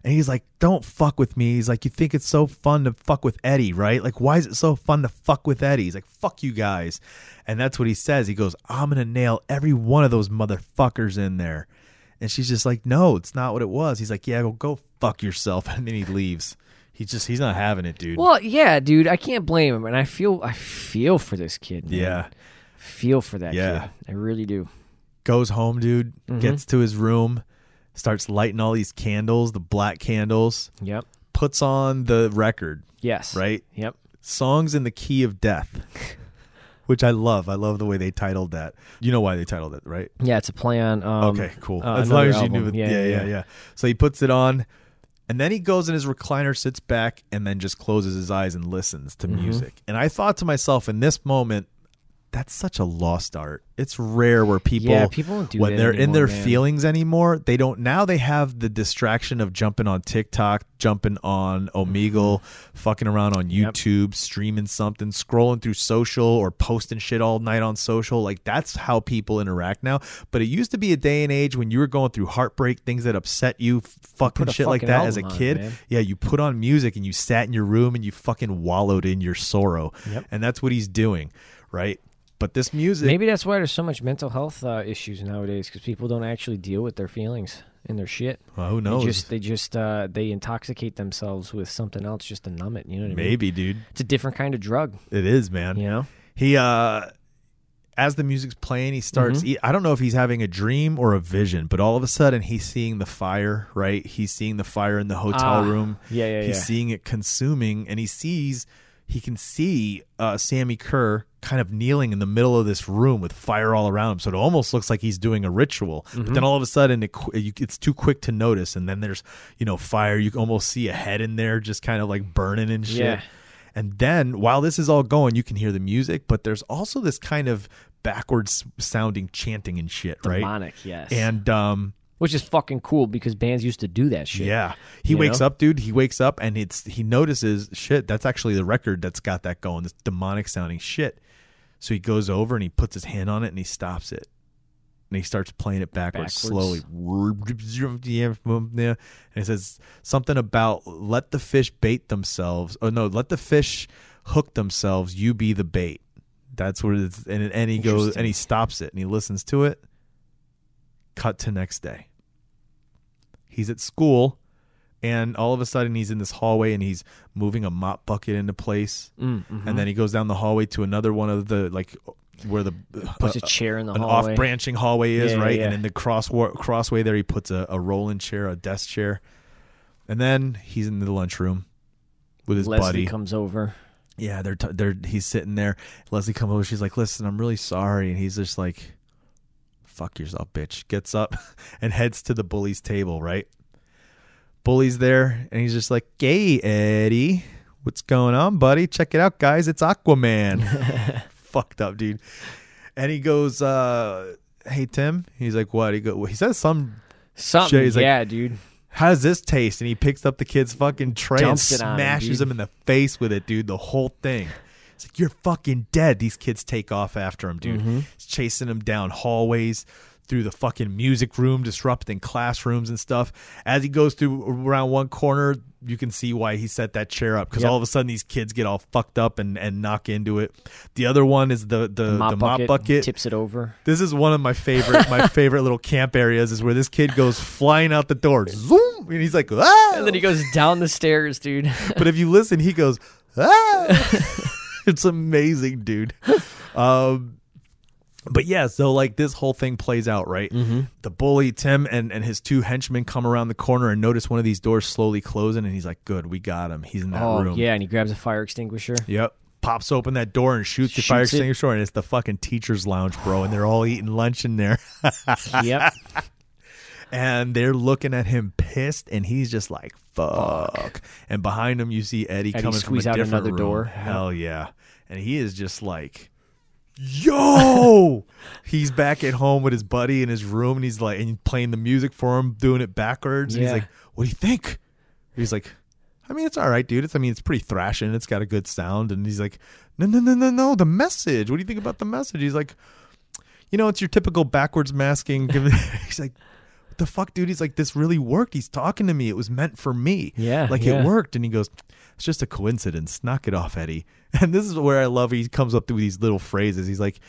And he's like, "Don't fuck with me." He's like, "You think it's so fun to fuck with Eddie, right? Like, why is it so fun to fuck with Eddie?" He's like, "Fuck you guys," and that's what he says. He goes, "I'm gonna nail every one of those motherfuckers in there," and she's just like, "No, it's not what it was." He's like, "Yeah, well, go fuck yourself," and then he leaves. He just he's not having it, dude.
well, yeah, dude, I can't blame him, and I feel I feel for this kid. man.
yeah.
feel for that
Yeah.
kid. I really do.
goes home, dude,
Mm-hmm.
gets to his room, starts lighting all these candles, the black candles,
Yep.
puts on the record,
Yes.
right?
Yep.
Songs in the Key of Death, which I love. I love the way they titled that. You know why they titled it, right?
Yeah, it's a play on. Um,
okay, cool.
uh,
as long
another
as you knew it.
album.
Yeah yeah, yeah, So he puts it on. And then he goes in his recliner, sits back, and then just closes his eyes and listens to
Mm-hmm.
music. And I thought to myself, in this moment, that's such a lost art. It's rare where people,
Yeah, people don't do
when
that
they're in
anymore,
their
man.
feelings anymore, they don't. Now they have the distraction of jumping on TikTok, jumping on Omegle,
Mm-hmm.
fucking around on YouTube, streaming something, scrolling through social, or posting shit all night on social. Like that's how people interact now. But it used to be a day and age when you were going through heartbreak, things that upset you, fucking
a
shit like
fucking
that as a
album on,
kid.
man.
Yeah, you put on music and you sat in your room and you fucking wallowed in your sorrow. And that's what he's doing, right? But this music,
Maybe that's why there's so much mental health uh, issues nowadays because people don't actually deal with their feelings and their shit.
Well, who
They
knows?
just they just uh, they intoxicate themselves with something else just to numb it. You know what I mean?
Maybe, dude.
it's a different kind of drug.
It is, man.
You know?
He uh as the music's playing, he starts
Mm-hmm.
he- I don't know if he's having a dream or a vision, but all of a sudden he's seeing the fire, right? He's seeing the fire in the hotel
Ah,
room.
yeah, yeah,
He's
yeah.
seeing it consuming and he sees he can see uh, Sammy Kerr kind of kneeling in the middle of this room with fire all around him. So it almost looks like he's doing a ritual.
Mm-hmm.
But then all of a sudden, it, qu- you- it's too quick to notice. And then there's, you know, fire. You can almost see a head in there just kind of like burning and shit.
Yeah.
And then while this is all going, you can hear the music, but there's also this kind of backwards sounding chanting and shit, right?
Demonic, yes.
And um
Which is fucking cool because bands used to do that shit.
yeah, he
You
wakes
know?
up, dude. He wakes up and it's he notices shit. That's actually the record that's got that going. This demonic sounding shit. So he goes over and he puts his hand on it and he stops it. And he starts playing it backwards,
Backwards.
slowly. Yeah, And it says something about let the fish bait themselves. Oh no, let the fish hook themselves. You be the bait. That's what it's and and he goes and he stops it and he listens to it. Cut to next day. He's at school and all of a sudden he's in this hallway and he's moving a mop bucket into place
Mm, mm-hmm.
and then he goes down the hallway to another one of the like where the uh,
Puts a chair in the
an
hallway.
off branching hallway is
Yeah, yeah,
right
yeah.
and in the crosswalk crossway there he puts a, a rolling chair a desk chair and then he's in the lunchroom with his
Leslie
buddy
comes over.
yeah they're t- they're he's sitting there leslie comes over she's like listen i'm really sorry and he's just like fuck yourself bitch gets up and heads to the bully's table right bully's there and he's just like hey eddie what's going on buddy check it out guys it's aquaman fucked up dude and he goes uh "Hey Tim," he's like, "What?" He go, he says some.
Something.
Jay's like,
yeah, dude.
How does this taste? And he picks up the kid's fucking tray and
Dumps it on him,
smashes
dude.
him in the face with it, dude. The whole thing. It's like you're fucking dead. These kids take off after him, dude.
Mm-hmm.
It's chasing him down hallways, through the fucking music room, disrupting classrooms and stuff. As he goes through around one corner, you can see why he set that chair up because
Yep.
all of a sudden these kids get all fucked up and, and knock into it. The other one is the the, the mop, bucket,
tips it over.
This is one of my favorite my favorite little camp areas is where this kid goes flying out the door, zoom, and he's like, ah!
And then he goes down the stairs, dude.
But if you listen, he goes, ah! it's amazing, dude. Um, but yeah, so like this whole thing plays out, right?
Mm-hmm.
The bully Tim and and his two henchmen come around the corner and notice one of these doors slowly closing, and he's like, "Good, we got him. He's in that
oh
room."
yeah, and he grabs a fire extinguisher.
Yep. Pops open that door and shoots the
Shoots
fire
it.
extinguisher, and it's the fucking teacher's lounge, bro. And they're all eating lunch in there.
yep.
and they're looking at him pissed, and he's just like, "Fuck!" And behind him, you see Eddie, coming
Eddie
from a
squeeze out
different
another
room.
door.
Hell yeah! And he is just like, "Yo!" he's back at home with his buddy in his room, and he's like, and playing the music for him, doing it backwards. And
Yeah.
he's like, "What do you think?" He's like, "I mean, it's all right, dude. It's I mean, it's pretty thrashing. It's got a good sound." And he's like, "No, no, no, no, no. The message. What do you think about the message?" He's like you know, it's your typical backwards masking. he's like, what the fuck, dude? He's like, this really worked. He's talking to me. It was meant for me.
Yeah,
Like
yeah.
it worked. And he goes, it's just a coincidence. Knock it off, Eddie. And this is where I love he comes up with these little phrases. He's like,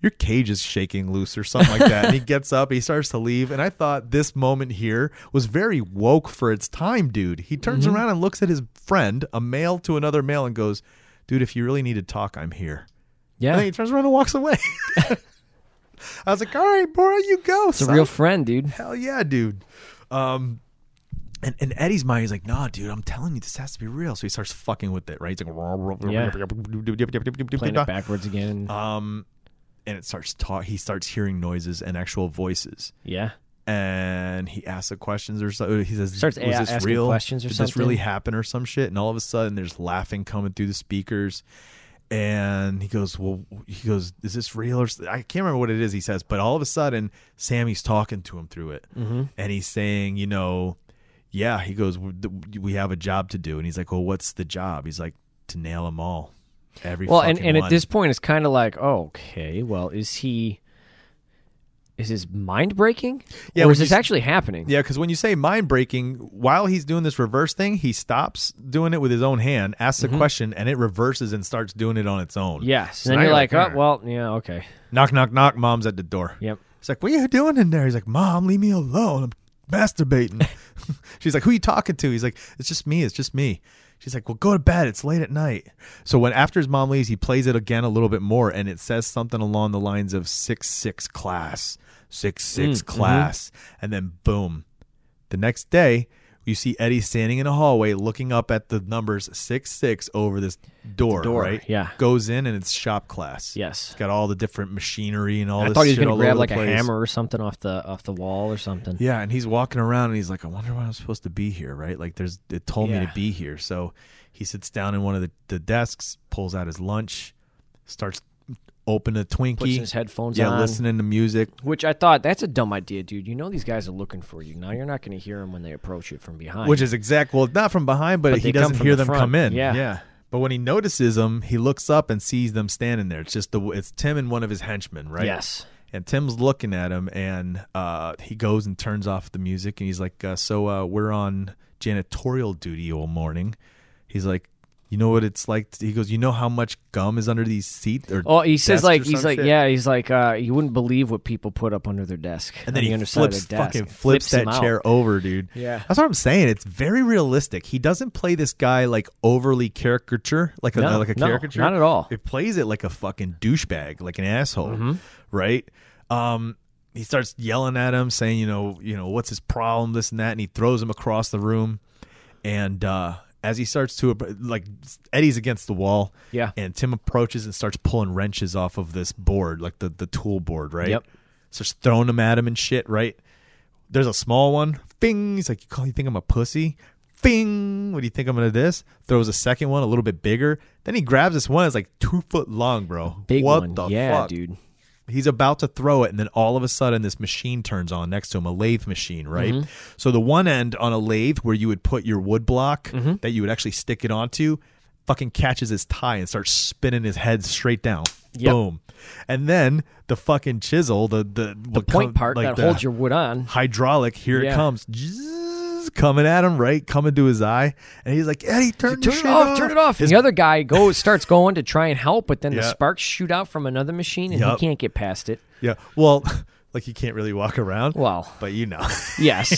your cage is shaking loose or something like that. and he gets up, he starts to leave. And I thought this moment here was very woke for its time, dude. He turns
Mm-hmm.
around and looks at his friend, a male to another male, and goes, dude, if you really need to talk, I'm here. And then
Yeah.
he turns around and walks away. I was like, all right, Bora, you go.
It's a real friend, dude.
Hell yeah, dude. Um, and, and Eddie's mind, he's like, nah, dude, I'm telling you, this has to be real. So he starts fucking with it, right? He's like,
Yeah. Playing it backwards again.
Uh, and it starts talk. He starts hearing noises and actual voices.
yeah.
And he asks the questions or so. He says,
Starts a-
was this
asking
real?
questions or
Did this
something?
really happen or some shit? And all of a sudden, there's laughing coming through the speakers. and he goes, "Well, he goes, is this real?" Or s- I can't remember what it is he says, but all of a sudden, Sammy's talking to him through it,
Mm-hmm.
and he's saying, "You know, yeah." He goes, "W- th- "We have a job to do," and he's like, "Well, what's the job?" He's like, "To nail them all, every
Well, and,
fucking
and at
one."
this point, it's kind of like, oh, okay, well, is he. Is his mind breaking?
Yeah,
Or
when
is
you
this
s-
actually happening?
Yeah, because when you say mind breaking, while he's doing this reverse thing, he stops doing it with his own hand, asks a question, and it reverses and starts doing it on its own.
Yes.
So
And
now
then you're like,
"Huh."
oh, well, yeah, okay.
Knock, knock, knock. Mom's at the door.
Yep.
It's like, what are you doing in there? He's like, Mom, leave me alone. I'm masturbating. She's like, Who you talking to? He's like, It's just me. It's just me. She's like, Well, go to bed. It's late at night. So when after his mom leaves, he plays it again a little bit more, and it says something along the lines of six six class, six
Mm,
six
mm-hmm.
class, and then boom. The next day. You see Eddie standing in a hallway looking up at the numbers six six over this door,
door,
right?
yeah.
Goes in and it's shop class.
Yes.
It's got all the different machinery and all
I
this
thought he was
shit
going to
all
grab
over
like
the
a
place.
hammer or something off the off the wall or something.
Yeah, and he's walking around and he's like, I wonder why I'm supposed to be here, right? Like there's it told me to
Yeah.
be here. So he sits down in one of the, the desks, pulls out his lunch, starts open a Twinkie.
Puts his headphones
yeah,
on.
listening to music.
Which I thought that's a dumb idea, dude. You know these guys are looking for you. Now you're not going to hear them when they approach it from behind.
Which is exact well, not from behind, but,
But
he
they come
doesn't
from
hear
the
them
front.
come in.
Yeah.
yeah. But when he notices them, he looks up and sees them standing there. It's just the it's Tim and one of his henchmen, right?
yes,
and Tim's looking at him, and uh, he goes and turns off the music, and he's like, uh, "So uh, we're on janitorial duty all morning." He's like, "You know what it's like?" He goes, "You know how much gum is under these seats?" Or
Oh, he says
desks or
like he's
some
like
shit?"
yeah, he's like uh, you wouldn't believe what people put up under their desk.
And
on
then
the
he
underside of
flips,
their desk,
fucking
and
flips,
him
that
out.
chair over, dude.
Yeah.
that's what I'm saying. It's very realistic. He doesn't play this guy like overly caricature, like a
No,
like a
no,
caricature.
not at all.
It plays it like a fucking douchebag, like an asshole,
Mm-hmm.
right? Um, he starts yelling at him, saying, you know, you know, what's his problem, this and that, and he throws him across the room. And uh, as he starts to like, Eddie's against the wall,
Yeah.
And Tim approaches and starts pulling wrenches off of this board, like the the tool board, right?
Yep.
Starts throwing them at him and shit, right? There's a small one. Bing. He's like, you call you think I'm a pussy? Bing. What do you think I'm gonna this? Throws a second one, a little bit bigger. Then he grabs this one. It's like two foot long, bro.
Big
what
one.
the
yeah,
fuck?
dude.
He's about to throw it, and then all of a sudden, this machine turns on next to him, a lathe machine, right?
Mm-hmm.
So the one end on a lathe where you would put your wood block
Mm-hmm.
that you would actually stick it onto, fucking catches his tie and starts spinning his head straight down.
Yep.
Boom, and then the fucking chisel, the the
The point part that holds your wood on.
hydraulic. Here
Yeah.
it comes. Zzz, Coming at him, right? Coming to his eye, and he's like, "Eddie, turn, the
Turn it
shit
off, turn it off.
His
and the other guy goes starts going to try and help, but then the
Yeah.
sparks shoot out from another machine and
Yup.
he can't get past it.
Yeah. Well, like you can't really walk around.
Well.
but you know,
Yes.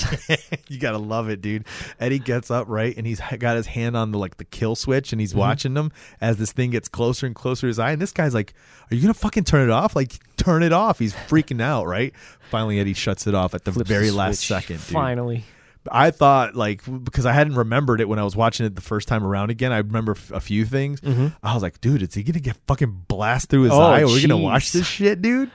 you gotta love it, dude. Eddie gets up right, and he's h- got his hand on the like the kill switch, and he's
Mm-hmm.
watching them as this thing gets closer and closer to his eye. And this guy's like, "Are you gonna fucking turn it off? Like, turn it off!" He's freaking out, right? Finally, Eddie shuts it off at the
Flips
very
the
last
switch.
second, dude.
Finally.
I thought like because I hadn't remembered it when I was watching it the first time around again. I remember f- a few things. I was like, dude, is he gonna get fucking blast through his
Oh,
eye? Are we gonna
jeez.
watch this shit, dude?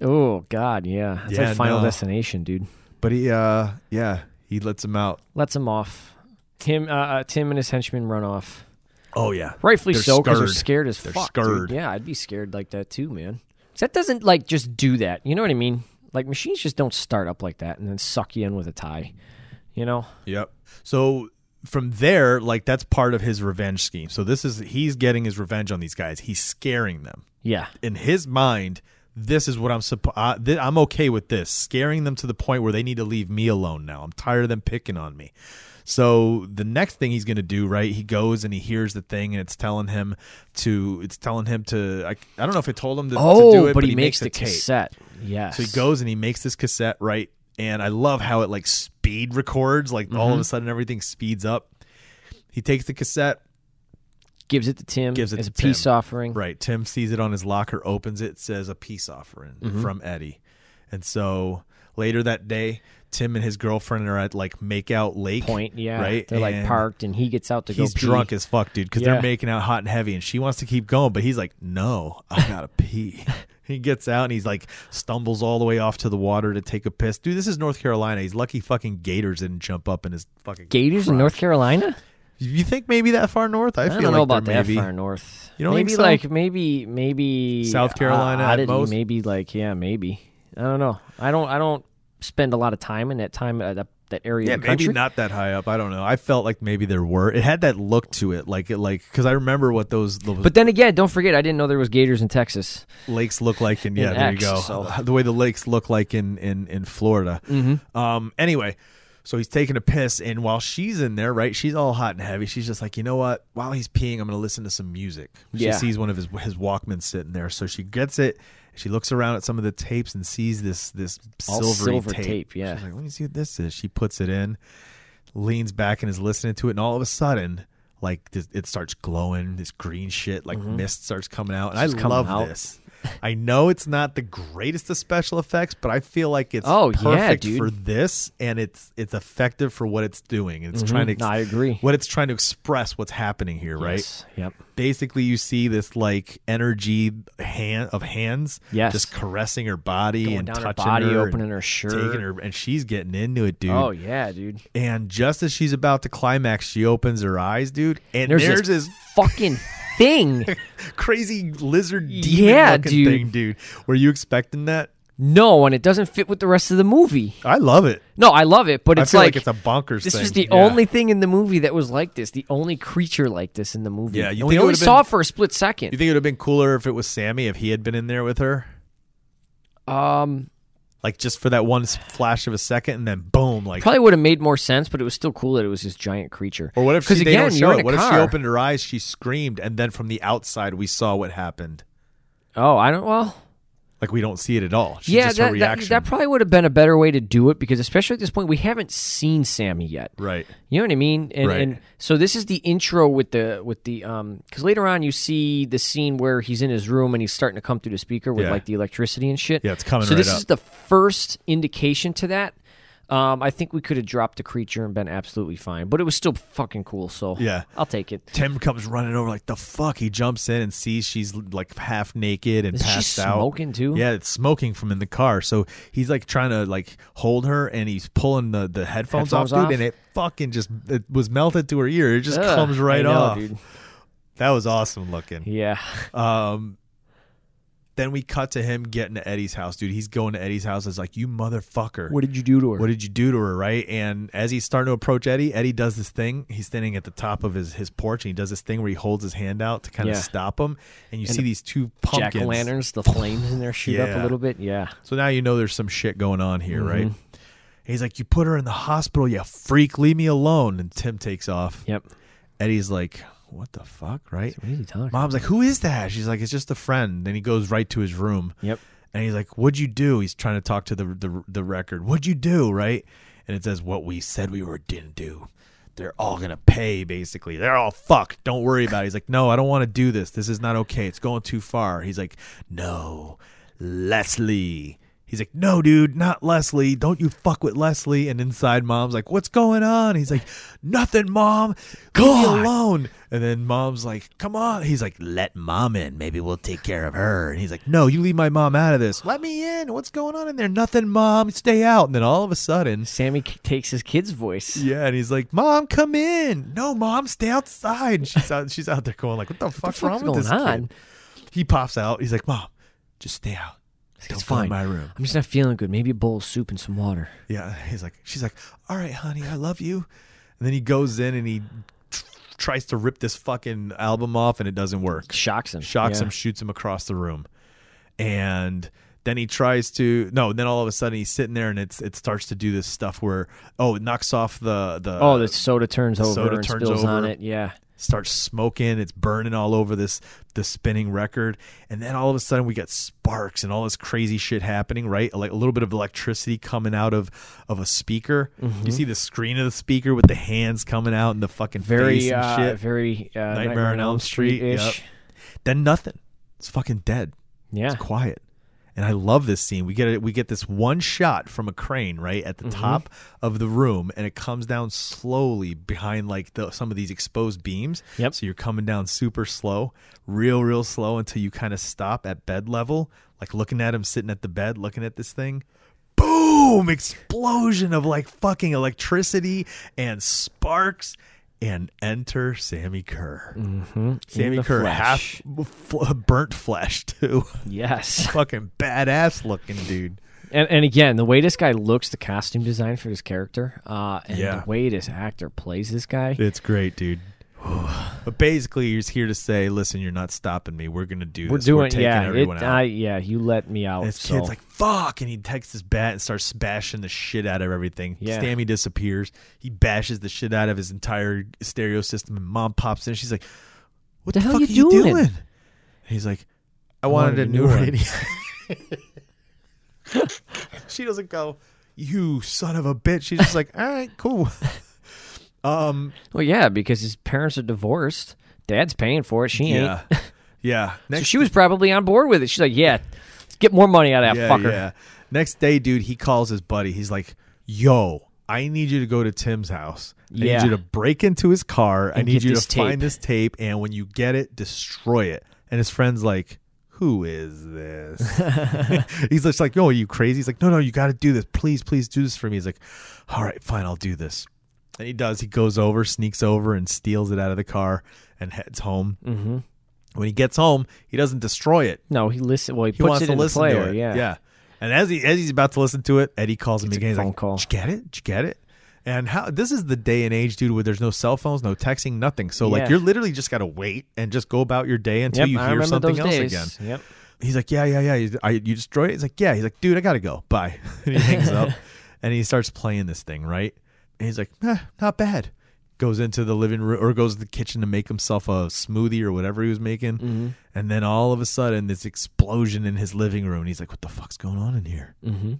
Oh God, yeah. It's
Yeah,
like Final
no.
Destination, dude.
But he, uh, yeah, he lets him out.
Lets him off. Tim, uh, uh, Tim and his henchmen run off.
Oh yeah,
Rightfully
They're
so, because they're
scared.
scared as
They're
fuck. dude.
scared.
Yeah, I'd be scared like that too, man. 'Cause That doesn't like just do that. You know what I mean? Like machines just don't start up like that and then suck you in with a tie. You know?
Yep. So from there, like that's part of his revenge scheme. So this is he's getting his revenge on these guys. He's scaring them.
Yeah.
in his mind, this is what I'm supposed. Th- I'm okay with this, scaring them to the point where they need to leave me alone now. I'm tired of them picking on me. So the next thing he's gonna do, right? He goes and he hears the thing, and it's telling him to. It's telling him to. I, I don't know if it told him to, to
Oh,
do it,
but, he, makes, the
a tape.
cassette. Yes.
So he goes and he makes this cassette, right? And I love how it like speed records. Like all
Mm-hmm.
of a sudden, everything speeds up. He takes the cassette.
gives it to Tim
gives it
as
to
a peace
Tim.
offering.
Right. Tim sees it on his locker, opens it, says a peace offering
Mm-hmm.
from Eddie. And so later that day, Tim and his girlfriend are at like Makeout Lake.
Point. Yeah.
Right.
They're like
And
parked and he gets out to go
He's
pee.
drunk as fuck, dude, because
Yeah.
they're making out hot and heavy, and she wants to keep going, but he's like, "No, I gotta pee." he gets out and he's like, stumbles all the way off to the water to take a piss. Dude, this is North Carolina. He's lucky fucking Gators didn't jump up in his fucking.
Gators in North Carolina?
you think maybe that far north? I,
I,
feel
don't know
like
about
there
that
may be.
far north.
You don't think
maybe
so?
like maybe maybe
South Carolina at
oddity,
most?
Maybe like yeah, maybe. I don't know. I don't. I don't spend a lot of time in that time uh, that that area.
Yeah,
of the
maybe
country.
not that high up. I don't know. I felt like maybe there were. It had that look to it, like it, like because I remember what those, those
But then again, don't forget, I didn't know there was gators in Texas.
lakes look like in yeah.
In
there
X,
you go.
so- Mm-hmm.
The way the lakes look like in in in Florida. Um. Anyway, so he's taking a piss, and while she's in there, right, she's all hot and heavy. She's just like, you know what? While he's peeing, I'm gonna listen to some music. She
Yeah.
sees one of his his Walkman sitting there, so she gets it. She looks around at some of the tapes and sees this this
All
silvery
silver tape, yeah.
She's like, let me see what this is. She puts it in. leans back and is listening to it, and all of a sudden, like this, it starts glowing. This green shit, like mist, starts coming out, and
Mm-hmm. It's
I
coming
love
out.
this. I know it's not the greatest of special effects, but I feel like it's
Oh, yeah,
perfect
dude.
for this, and it's it's effective for what it's doing. It's trying to,
No, Mm-hmm. I agree.
what it's trying to express, what's happening here, right?
Yes. Yep.
basically you see this like energy hand of hands
Yes.
just caressing her body
Going
and
down her
touching
body,
her and
opening her shirt.
taking her and she's getting into it dude
Oh yeah, dude.
and just as she's about to climax she opens her eyes dude and
There's
there's,
this-
this
Fucking thing.
crazy lizard demon
Yeah,
looking
dude.
thing dude were you expecting that
No, and it doesn't fit with the rest of the movie.
i love it
No, I love it, but
i
it's
feel
like,
like, it's a bonkers
this
thing
was the
Yeah.
only thing in the movie that was like this. The only creature like this in the movie.
Yeah, you think
and we
it
only
would've been-
saw it for a split second.
you think it would have been cooler if it was sammy if he had been in there with her
um,
like just for that one s- flash of a second and then boom like
probably would have made more sense, but it was still cool that it was this giant creature.
Or what if she,
'Cause
they
again,
don't show
you're in
it?
a
What if she
car.
opened her eyes, she screamed, and then from the outside we saw what happened?
Oh, I don't. Well,
Like we don't see it at all. She's
yeah,
just
that,
her
that,
reaction.
that probably would have been a better way to do it because, especially at this point, we haven't seen Sammy yet.
right.
You know what I mean? And,
Right.
and so this is the intro with the with the um because later on you see the scene where he's in his room and he's starting to come through the speaker with
Yeah.
like the electricity and shit.
Yeah, it's coming
So
right
this
up.
is the first indication to that. Um, I think we could have dropped the creature and been absolutely fine, but it was still fucking cool. So
Yeah.
I'll take it.
Tim comes running over like the fuck. He jumps in and sees she's like half naked and
Is she
passed out.
smoking, too?
Yeah, it's smoking from in the car. So he's like trying to like hold her, and he's pulling the the headphones,
Headphones
off,
off?
dude, and it fucking just it was melted to her ear. It just
Ugh,
comes right
I know,
off.
dude.
That was awesome looking.
Yeah,
Um, Then we cut to him getting to Eddie's house, dude. He's going to Eddie's house. It's like, you motherfucker.
What did you do to her?
What did you do to her, right? And as he's starting to approach Eddie, Eddie does this thing. He's standing at the top of his, his porch and he does this thing where he holds his hand out to kind
Yeah.
of stop him. And you see these two pumpkins.
Jack o' lanterns, the flames in there shoot up a
Yeah.
little bit. Yeah.
So now you know there's some shit going on
Mm-hmm.
here, right? And he's like, You put her in the hospital, you freak, leave me alone. And Tim takes off.
Yep.
Eddie's like, What the fuck, right?
What is he talking?
Mom's like, Who is that? She's like, It's just a friend. Then he goes right to his room.
Yep.
And he's like, What'd you do? He's trying to talk to the, the, the record. What'd you do, right? And it says, What we said we were didn't do. They're all going to pay, basically. They're all fucked. Don't worry about it. He's like, No, I don't want to do this. This is not okay. It's going too far. He's like, No, Leslie. He's like, No, dude, not Leslie. Don't you fuck with Leslie. And inside, mom's like, What's going on? He's like, Nothing, mom. Go alone. And then mom's like, Come on. He's like, Let mom in. Maybe we'll take care of her. And he's like, No, you leave my mom out of this. Let me in. What's going on in there? Nothing, mom. Stay out. And then all of a sudden,
Sammy k- takes his kid's voice.
yeah, and he's like, "Mom, come in." No, mom, stay outside. She's out. She's out there going like, "What the fuck's
fuck's
wrong with
going
this
on?
kid?" He pops out. He's like, "Mom, just stay out. Don't
It's
go
fine.
in my room."
I'm just not feeling good. Maybe a bowl of soup and some water.
Yeah, he's like, she's like, "All right, honey, I love you." And then he goes in and he tr- tries to rip this fucking album off, and it doesn't work.
Shocks him.
Shocks
Yeah.
him, shoots him across the room, and then he tries to no. Then all of a sudden he's sitting there, and it's it starts to do this stuff where oh, it knocks off the the
Oh, the soda turns
the
over
soda
and
turns
spills on
over.
it. Yeah.
starts smoking. It's burning all over this the spinning record, and then all of a sudden we got sparks and all this crazy shit happening. Right, like a little bit of electricity coming out of of a speaker.
Mm-hmm.
You see the screen of the speaker with the hands coming out and the fucking face
Very,
and
uh,
shit.
very uh, Nightmare, on Elm Street ish.
Yep. Then nothing. It's fucking dead.
Yeah.
It's quiet. And I love this scene. We get it. We get this one shot from a crane right at the
Mm-hmm.
top of the room, and it comes down slowly behind like the, some of these exposed beams.
Yep.
So you're coming down super slow, real, real slow, until you kind of stop at bed level, like looking at him sitting at the bed, looking at this thing. Boom! Explosion of like fucking electricity and sparks, and enter Sammy Kerr. Sammy
Mm, the
Kerr,
flesh.
half fl- burnt flesh too.
Yes.
fucking badass looking dude.
And, and again, the way this guy looks, the costume design for this character, uh, and
Yeah.
the way this actor plays this guy,
It's great, dude. but basically, he's here to say, "Listen, you're not stopping me. We're gonna do
we're
this.
doing
we're taking
yeah, it,
everyone out."
I, yeah. You let me out.
and his
so.
kid's like, "Fuck!" And he takes his bat and starts bashing the shit out of everything.
Yeah.
Stammy disappears. He bashes the shit out of his entire stereo system. And mom pops in. She's like, "What
The
the,
hell
fuck
you
are you
doing?"
doing?" And he's like, "I, wanted, a new,
one."
radio." she doesn't go, "You son of a bitch." She's just like, "All right, cool." um.
well, yeah, because his parents are divorced. Dad's paying for it. She ain't.
Yeah. Yeah.
So
Next
she was probably on board with it. She's like, yeah, let's get more money out of that
yeah,
fucker.
yeah. Next day, dude, he calls his buddy. He's like, "Yo, I need you to go to Tim's house. I
Yeah.
need you to break into his car. I
And
need
get
you to
this tape."
find this tape, and when you get it, destroy it." And his friend's like, "Who is this?" he's just like, "No, are you crazy?" He's like, "No, no, you got to do this. Please, please do this for me." He's like, "All right, fine, I'll do this." And he does. He goes over, sneaks over, and steals it out of the car and heads home. Mm-hmm. When he gets home, he doesn't destroy it
No, he listen. Well, he,
he
puts
wants
it
to
in the
listen
player.
to it.
Yeah,
yeah. And as he as he's about to listen to it, Eddie calls him
It's a
again. He's
phone
like,
call.
Did you get it? Did you get it? And how this is the day and age, dude, where there's no cell phones, no texting, nothing. So
Yeah.
like you're literally just gotta wait and just go about your day until
Yep,
you
I
hear
remember
something
those
else
days.
again.
Yep.
He's like, yeah, yeah, yeah. You, I, you destroyed it. He's like, yeah. He's like, dude, I gotta go. Bye. And he hangs up, and he starts playing this thing, right? And he's like, eh, not bad. Goes into the living room or goes to the kitchen to make himself a smoothie or whatever he was making,
Mm-hmm.
and then all of a sudden, this explosion in his living room. And he's like, what the fuck's going on in here?
Mm-hmm.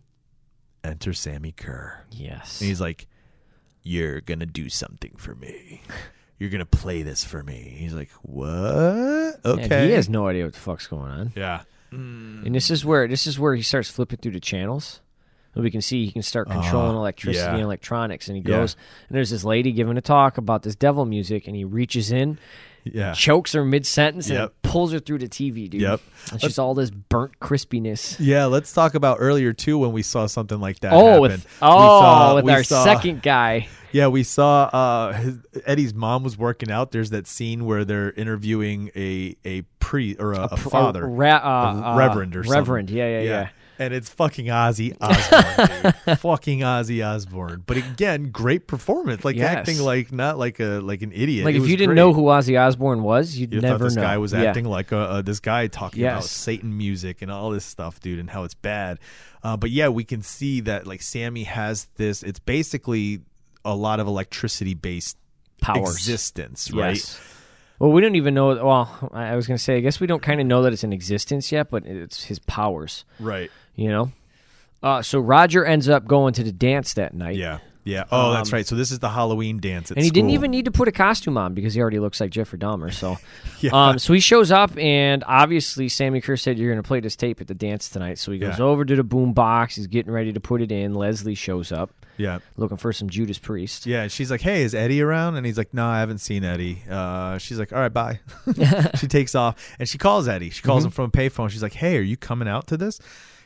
Enter Sammy Kerr.
Yes.
And he's like, You're going to do something for me. You're going to play this for me. He's like, What?
Yeah,
Okay.
he has no idea what the fuck's going on.
Yeah.
And this is where this is where he starts flipping through the channels. And we can see he can start controlling electricity
Ah, yeah.
and electronics. And he
Yeah.
goes, and there's this lady giving a talk about this devil music, and he reaches in,
Yeah.
chokes her mid sentence, and
Yep.
pulls her through the TV, dude.
Yep.
And she's all this burnt crispiness.
Yeah, let's talk about earlier too when we saw something like that.
oh,
happen.
with
We
oh,
saw-
with
we
our
saw-
second guy.
Yeah, we saw uh, his, Eddie's mom was working out. There's that scene where they're interviewing a a pre or a, a
pr- a
father,
re- uh,
a reverend or
uh,
something.
reverend. Yeah, yeah, yeah.
And it's fucking Ozzy Osbourne, dude. fucking Ozzy Osbourne. But again, great performance. Like
Yes.
acting like not like a like an idiot.
Like
It
if
was
you didn't
great.
know who Ozzy Osbourne was, you'd
You
never
thought this
know.
guy was
Yeah.
acting like uh uh, this guy talking about
Yes.
Satan music and all this stuff, dude, and how it's bad. Uh, but yeah, we can see that like Sammy has this. It's basically a lot of electricity based
powers.
existence, right?
Yes. Well, we don't even know. Well, I I was going to say, I guess we don't kind of know that it's in existence yet, but it's his powers.
Right.
You know. Uh, so Roger ends up going to the dance that night.
Yeah. Yeah. Oh, that's right. So this is the Halloween dance at
Um, and he didn't
school.
even need to put a costume on because he already looks like Jeffrey Dahmer. So,
Yeah.
um, so he shows up, and obviously Sammy Kerr said, "You're going to play this tape at the dance tonight." So he goes
Yeah.
over to the boom box. He's getting ready to put it in. Leslie shows up,
Yeah.
looking for some Judas Priest.
Yeah, and she's like, "Hey, is Eddie around?" And he's like, "No, I haven't seen Eddie." Uh, she's like, "All right, bye." she takes off and she calls Eddie. She
Mm-hmm.
calls him from a payphone. She's like, "Hey, are you coming out to this?"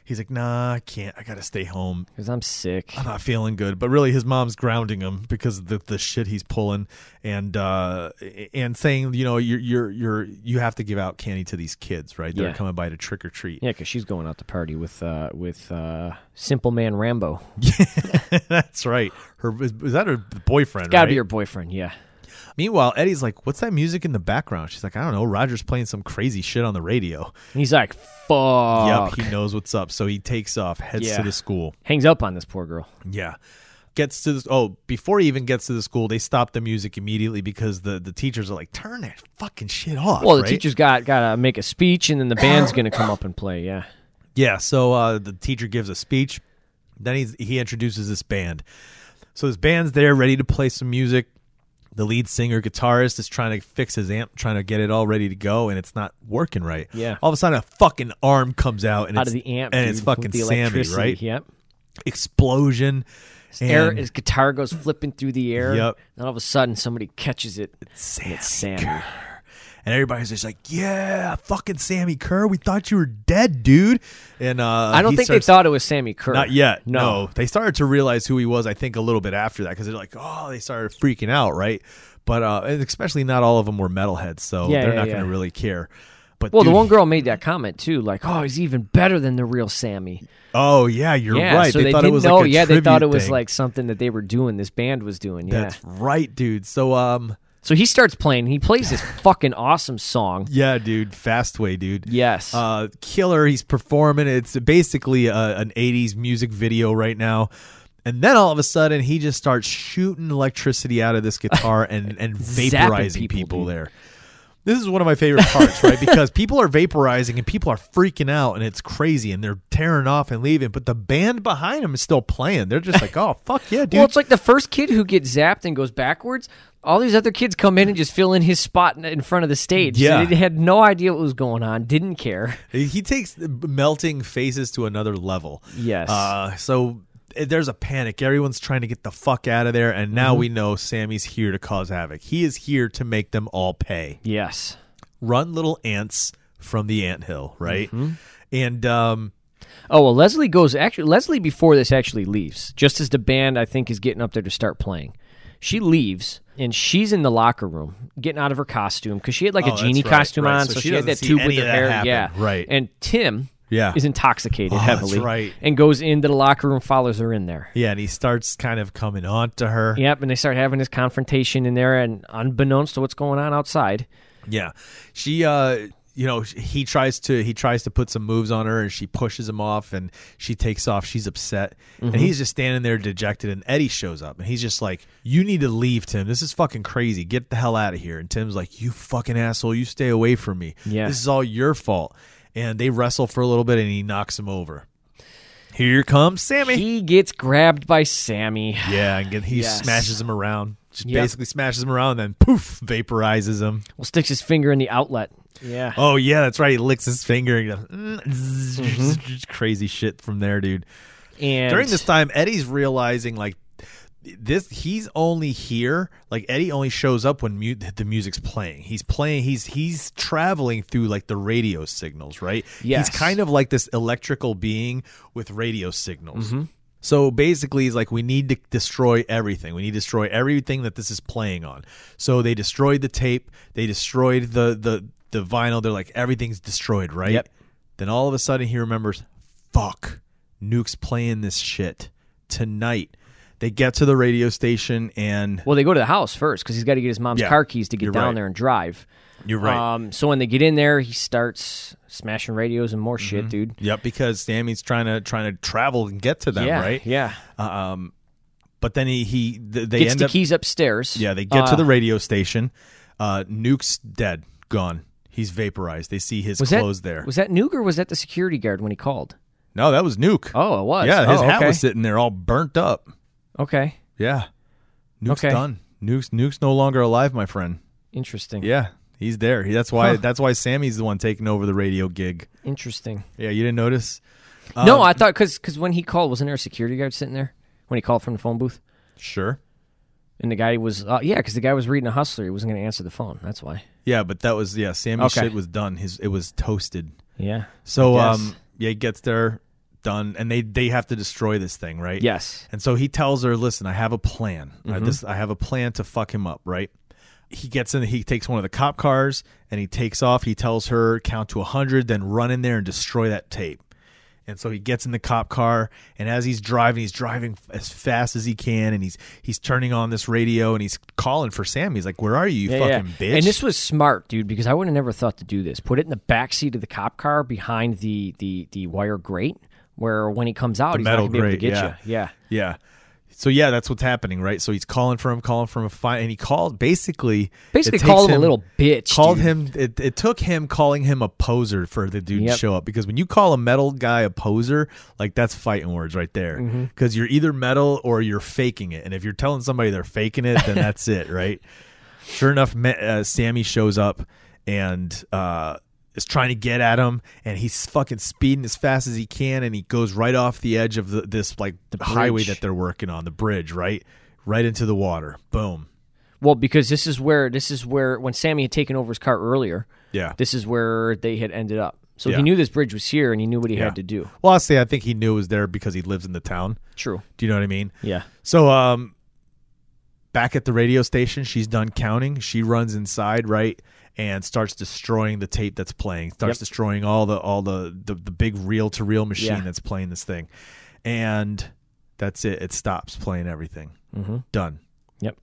He's like, "Nah, I can't. I gotta stay home.
Because I'm sick.
I'm not feeling good." But really, his mom's grounding him because of the the shit he's pulling and uh, and saying, you know, you're you're you're you have to give out candy to these kids, right? They're
Yeah.
coming by to trick or treat.
Yeah, because she's going out to party with uh, with uh, Simple Man Rambo.
That's right. Her is is that her boyfriend?
Got to
right?
be your boyfriend. Yeah.
Meanwhile, Eddie's like, "What's that music in the background?" She's like, "I don't know. Roger's playing some crazy shit on the radio."
And he's like, "Fuck."
Yep, he knows what's up, so he takes off, heads
Yeah.
to the school.
Hangs up on this poor girl.
Yeah, gets to the oh before he even gets to the school, they stop the music immediately because the the teachers are like, "Turn that fucking shit off."
Well, the
right?
teacher's got got to make a speech, and then the band's going to come up and play. Yeah.
Yeah, so uh, the teacher gives a speech. Then he's, he introduces this band. So this band's there, ready to play some music. The lead singer guitarist is trying to fix his amp, trying to get it all ready to go, and it's not working right.
Yeah.
All of a sudden, a fucking arm comes out and
Out
it's,
of the amp,
and
dude,
it's
with
fucking
the
Sammy,
electricity.
right?
Yep.
Explosion. And
air, his guitar goes flipping through the air.
Yep.
And all of a sudden, somebody catches it. and
Sammy
it's Sammy.
Kerr. And everybody's just like, "Yeah, fucking Sammy Kerr, we thought you were dead, dude." And uh,
I don't
he
think
starts
they thought it was Sammy Kerr.
Not yet. No.
No.
They started to realize who he was, I think, a little bit after that because they're like, oh, they started freaking out, right? But uh, and especially not all of them were metalheads, so
Yeah,
they're
yeah,
not
yeah.
going to really care. But
Well,
dude,
the one girl made that comment too, like, "Oh, he's even better than the real Sammy."
Oh yeah, you're
yeah,
right.
so
they,
they,
thought
didn't
it was
know.
Like a
yeah, they thought it
tribute
was
thing.
like something that they were doing. This band was doing. Yeah.
That's right, dude. So um,
so he starts playing. He plays this fucking awesome song.
yeah, dude, Fastway, dude.
Yes.
Uh, killer. He's performing. It's basically a, an '80s music video right now. And then all of a sudden, he just starts shooting electricity out of this guitar and and
Zapping
vaporizing people,
people, dude.
there. This is one of my favorite parts, right? Because people are vaporizing and people are freaking out, and it's crazy, and they're tearing off and leaving. But the band behind them is still playing. They're just like, "Oh fuck yeah, dude!"
Well, it's like the first kid who gets zapped and goes backwards. All these other kids come in and just fill in his spot in- in front of the stage.
Yeah.
They had no idea what was going on, didn't care.
He takes melting faces to another level.
Yes.
Uh, so eh, there's a panic. Everyone's trying to get the fuck out of there, and now we know Sammy's here to cause havoc. He is here to make them all pay.
Yes.
Run little ants from the anthill, right? And um,
Oh, well, Leslie goes actually, Leslie before this actually leaves, just as the band, I think, is getting up there to start playing. She leaves and she's in the locker room getting out of her costume because she had like
Oh,
a
that's
genie
right,
costume
right.
on.
So
So,
she
she,
doesn't
had that
see
tube with
any
her
of that
hair.
happen,
Yeah.
right.
And Tim
Yeah.
is intoxicated
Oh, that's
heavily
right.
and goes into the locker room, follows her in there.
yeah, and he starts kind of coming on to her.
Yep, and they start having this confrontation in there, and unbeknownst to what's going on outside,
Yeah. She uh you know, sh- he tries to he tries to put some moves on her and she pushes him off and she takes off. She's upset.
Mm-hmm.
And he's just standing there dejected and Eddie shows up and he's just like, "You need to leave, Tim. This is fucking crazy. Get the hell out of here." And Tim's like, "You fucking asshole. You stay away from me.
Yeah.
This is all your fault." And they wrestle for a little bit and he knocks him over. Here comes Sammy.
he gets grabbed by Sammy.
yeah, and get- he
Yes.
smashes him around. Just
Yep.
basically smashes him around and then poof, vaporizes him.
Well, sticks his finger in the outlet. Yeah.
Oh yeah, that's right. He licks his finger and goes, "Mm, zzz, zzz, zzz," crazy shit from there, dude.
Mm-hmm. And
During this time, Eddie's realizing like this he's only here like eddie only shows up when mu- the music's playing he's playing he's he's traveling through like the radio signals right
Yes. Mm-hmm.
he's kind of like this electrical being with radio signals So basically, he's like, we need to destroy everything. We need to destroy everything that this is playing on. So they destroyed the tape. They destroyed the the the vinyl. They're like, everything's destroyed, right?
Yep.
Then all of a sudden, he remembers, fuck, Nuke's playing this shit tonight. They get to the radio station and
Well, they go to the house first because he's got to get his mom's
Yeah,
car keys to get
you're
down
right.
there and drive.
You're right.
Um, so when they get in there, he starts smashing radios and more
Mm-hmm.
shit, dude.
yep, because Sammy's trying to trying to travel and get to them,
yeah,
right? Um,
Yeah.
But then he he th- they
Gets
end
the
up
keys upstairs.
yeah they get to
Uh,
the radio station. Uh, Nuke's dead, gone. He's vaporized. They see his
was that,
clothes there.
Was that Nuke or was that the security guard when he called?
no, that was Nuke.
Oh, it was.
yeah, his
Oh,
hat
okay.
was sitting there all burnt up.
Okay.
Yeah, Nuke's
Okay.
done. Nuke's Nuke's no longer alive, my friend.
Interesting.
Yeah, he's there. He- That's why that's why Sammy's the one taking over the radio gig.
Interesting.
Yeah, you didn't notice. Um,
no, I thought because because when he called, wasn't there a security guard sitting there when he called from the phone booth?
Sure.
And the guy was uh, yeah, because the guy was reading a hustler. He wasn't going to answer the phone. That's why.
Yeah, but that was yeah. Sammy's
Okay.
shit was done. His it was toasted.
Yeah.
So
I guess.
um yeah, he gets there done and they they have to destroy this thing, right?
Yes. Mm-hmm.
And so he tells her, "Listen, I have a plan. I, this, I have a plan to fuck him up." Right? He gets in. He takes one of the cop cars and he takes off. He tells her, "Count to hundred, then run in there and destroy that tape." And so he gets in the cop car, and as he's driving, he's driving f- as fast as he can, and he's he's turning on this radio and he's calling for Sam. He's like, "Where are you, you
Yeah, yeah.
fucking bitch?"
And this was smart, dude, because I would have never thought to do this. Put it in the back seat of the cop car behind the the the wire grate, where when he comes out, he's not
metal
gonna be able to
grate,
get
yeah.
you. Yeah.
yeah. So yeah, that's what's happening, right? So he's calling for him, calling for him, fine, and he called basically.
Basically,
it takes
call him a little bitch.
called
dude.
him it, it took him calling him a poser for the dude
Yep.
to show up because when you call a metal guy a poser like that's fighting words right there
Mm-hmm.
because you're either metal or you're faking it and if you're telling somebody they're faking it then that's it right sure enough Ma- uh, sammy shows up and uh is trying to get at him and he's fucking speeding as fast as he can and he goes right off the edge of the, this like highway
bridge.
that they're working on the bridge right right into the water boom
Well, because this is where this is where when Sammy had taken over his car earlier,
yeah
this is where they had ended up. So
Yeah.
he knew this bridge was here, and he knew what he
Yeah.
had to do.
Well, honestly, I think he knew it was there because he lives in the town.
True.
Do you know what I mean?
Yeah.
So, um, back at the radio station, she's done counting. She runs inside, right, and starts destroying the tape that's playing. Starts
Yep.
destroying all the all the the, the big reel to reel machine
Yeah.
that's playing this thing, and that's it. It stops playing everything. Mm-hmm. Done.
Yep.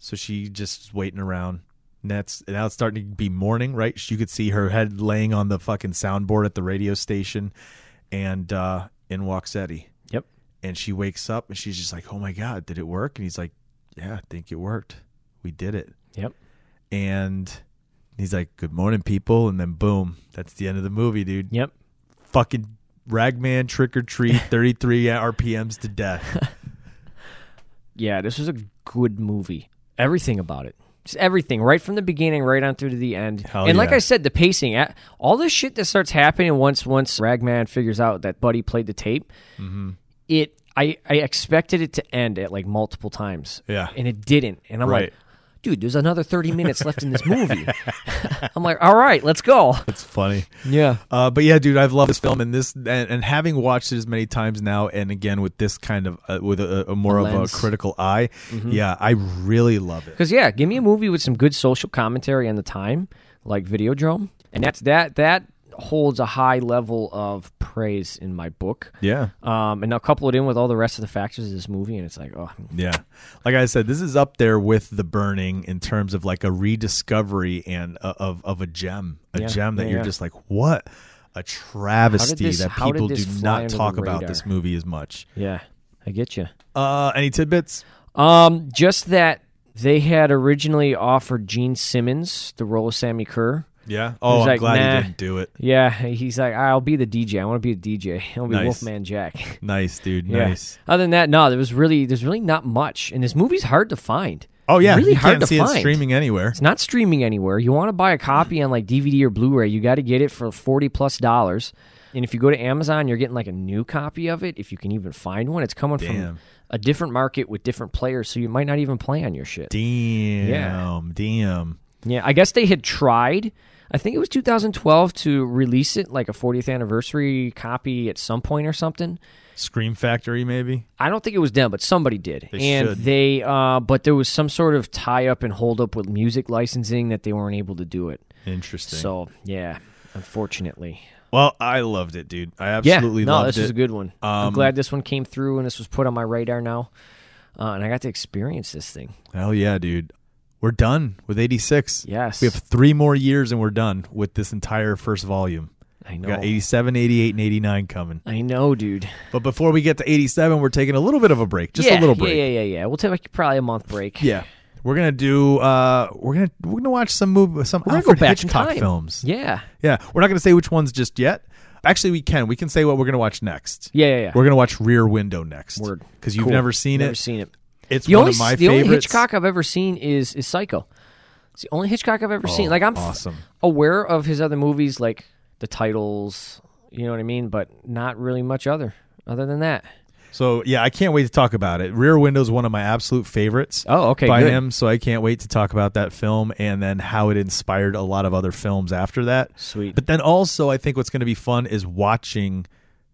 So she just waiting around. And that's and now it's starting to be morning, right? You could see her head laying on the fucking soundboard at the radio station, and uh, in walks Eddie.
Yep.
And she wakes up and she's just like, "Oh my god, did it work?" And he's like, "Yeah, I think it worked. We did it."
Yep.
And he's like, "Good morning, people." And then boom, that's the end of the movie, dude.
Yep.
Fucking Ragman Trick or Treat, thirty three RPMs to death.
Yeah, this was a good movie. Everything about it. Just everything, right from the beginning, right on through to the end.
Hell
and like
yeah.
I said, the pacing, a- all this shit that starts happening once once Ragman figures out that Buddy played the tape,
Mm-hmm.
it I, I expected it to end at like multiple times.
Yeah.
And it didn't. And I'm
Right.
like, dude, there's another 30 minutes left in this movie. I'm like, all right, let's go.
That's funny.
Yeah.
Uh, but yeah, dude, I've loved this film, and this, and, and having watched it as many times now, and again with this kind of, uh, with a, a more of a
Lens. Mm-hmm.
critical eye, yeah, I really love it.
Because yeah, give me a movie with some good social commentary on the time, like Videodrome, and that's that that holds a high level of praise in my book.
Yeah,
Um, and now couple it in with all the rest of the factors of this movie, and it's like, oh,
yeah. Like I said, this is up there with The Burning in terms of like a rediscovery and a, of of a gem, a
Yeah,
gem that
yeah,
you're
yeah.
just like, what a travesty
this-
that
how did
people
this
do
fly
not
under the
talk about this
radar?
movie as much.
yeah, I get you.
Uh, any tidbits?
Um, just that they had originally offered Gene Simmons the role of Sammy Kerr.
Yeah. Oh, I'm
like,
glad
nah.
he didn't do it.
Yeah, he's like, I'll be the DJ. I want to be the DJ. I'll be
Nice.
Wolfman Jack.
Nice, dude.
Yeah.
Nice.
Other than that, no, there was really there's really not much, and this movie's hard to find.
Oh yeah,
really
you
hard
can't
to
see
find.
it streaming anywhere.
It's not streaming anywhere. You want to buy a copy on like DVD or Blu-ray, you got to get it for forty plus dollars. And if you go to Amazon, you're getting like a new copy of it if you can even find one. It's coming
Damn.
from a different market with different players, so you might not even play on your shit.
Damn. Damn.
Yeah, I guess they had tried. I think it was 2012 to release it like a 40th anniversary copy at some point or something,
Scream Factory, maybe.
I don't think it was them, but somebody did.
They
and
should.
they, uh, but there was some sort of tie up and hold up with music licensing that they weren't able to do it.
Interesting.
So yeah, unfortunately.
well, I loved it, dude. I
Yeah,
absolutely
no,
loved
this
it.
is a good one. I'm
Um,
glad this one came through and this was put on my radar now, uh, and I got to experience this thing.
Hell yeah, dude. We're done with 86.
Yes.
We have three more years and we're done with this entire first volume.
I
We
know.
got 87, 88, and 89 coming.
I know, dude.
But before we get to 87, we're taking a little bit of a break. Just
yeah,
a little break.
Yeah, yeah, yeah, yeah. We'll take like, probably a month break.
Yeah. We're gonna do. Uh, we're gonna we're gonna watch some movie, some
We're gonna go
Alfred
back in
Hitchcock
time.
films.
Yeah.
yeah. We're not gonna say which ones just yet. Actually, we can. We can say what we're gonna watch next.
Yeah, yeah, yeah.
We're gonna watch Rear Window next.
Word.
Because you've
Cool.
never seen
Never
it.
seen it.
It's
The
one
only
of my
the
favorites.
only Hitchcock I've ever seen is is Psycho. It's the only Hitchcock I've ever seen. Like I'm f-
Oh, awesome.
aware of his other movies, like the titles. You know what I mean, but not really much other other than that.
So yeah, I can't wait to talk about it. Rear Window is one of my absolute favorites.
Oh, okay,
by
good.
him. So I can't wait to talk about that film and then how it inspired a lot of other films after that.
Sweet.
But then also, I think what's going to be fun is watching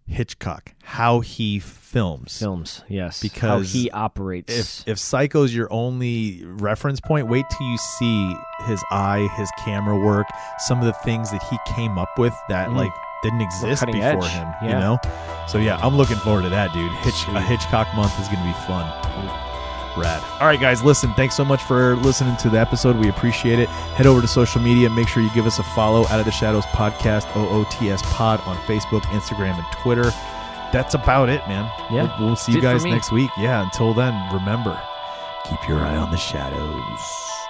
Hitchcock how he films.
Films, yes, how
Because
he operates.
If if Psycho's your only reference point, wait till you see his eye, his camera work, some of the things that he came up with that like didn't exist
Mm. cutting
before
edge,
him. You
yeah.
know. So yeah, I'm looking forward to that, dude. Hitch, a Hitchcock month is gonna be fun. Rad. All right, guys, listen, thanks so much for listening to the episode. We appreciate it. Head over to social media. Make sure you give us a follow Out of the Shadows Podcast, OOTS Pod on Facebook, Instagram, and Twitter. That's about it, man.
Yeah,
We'll, we'll see you
that's it for
guys
me.
next week. Yeah, until then, remember, keep your eye on the shadows.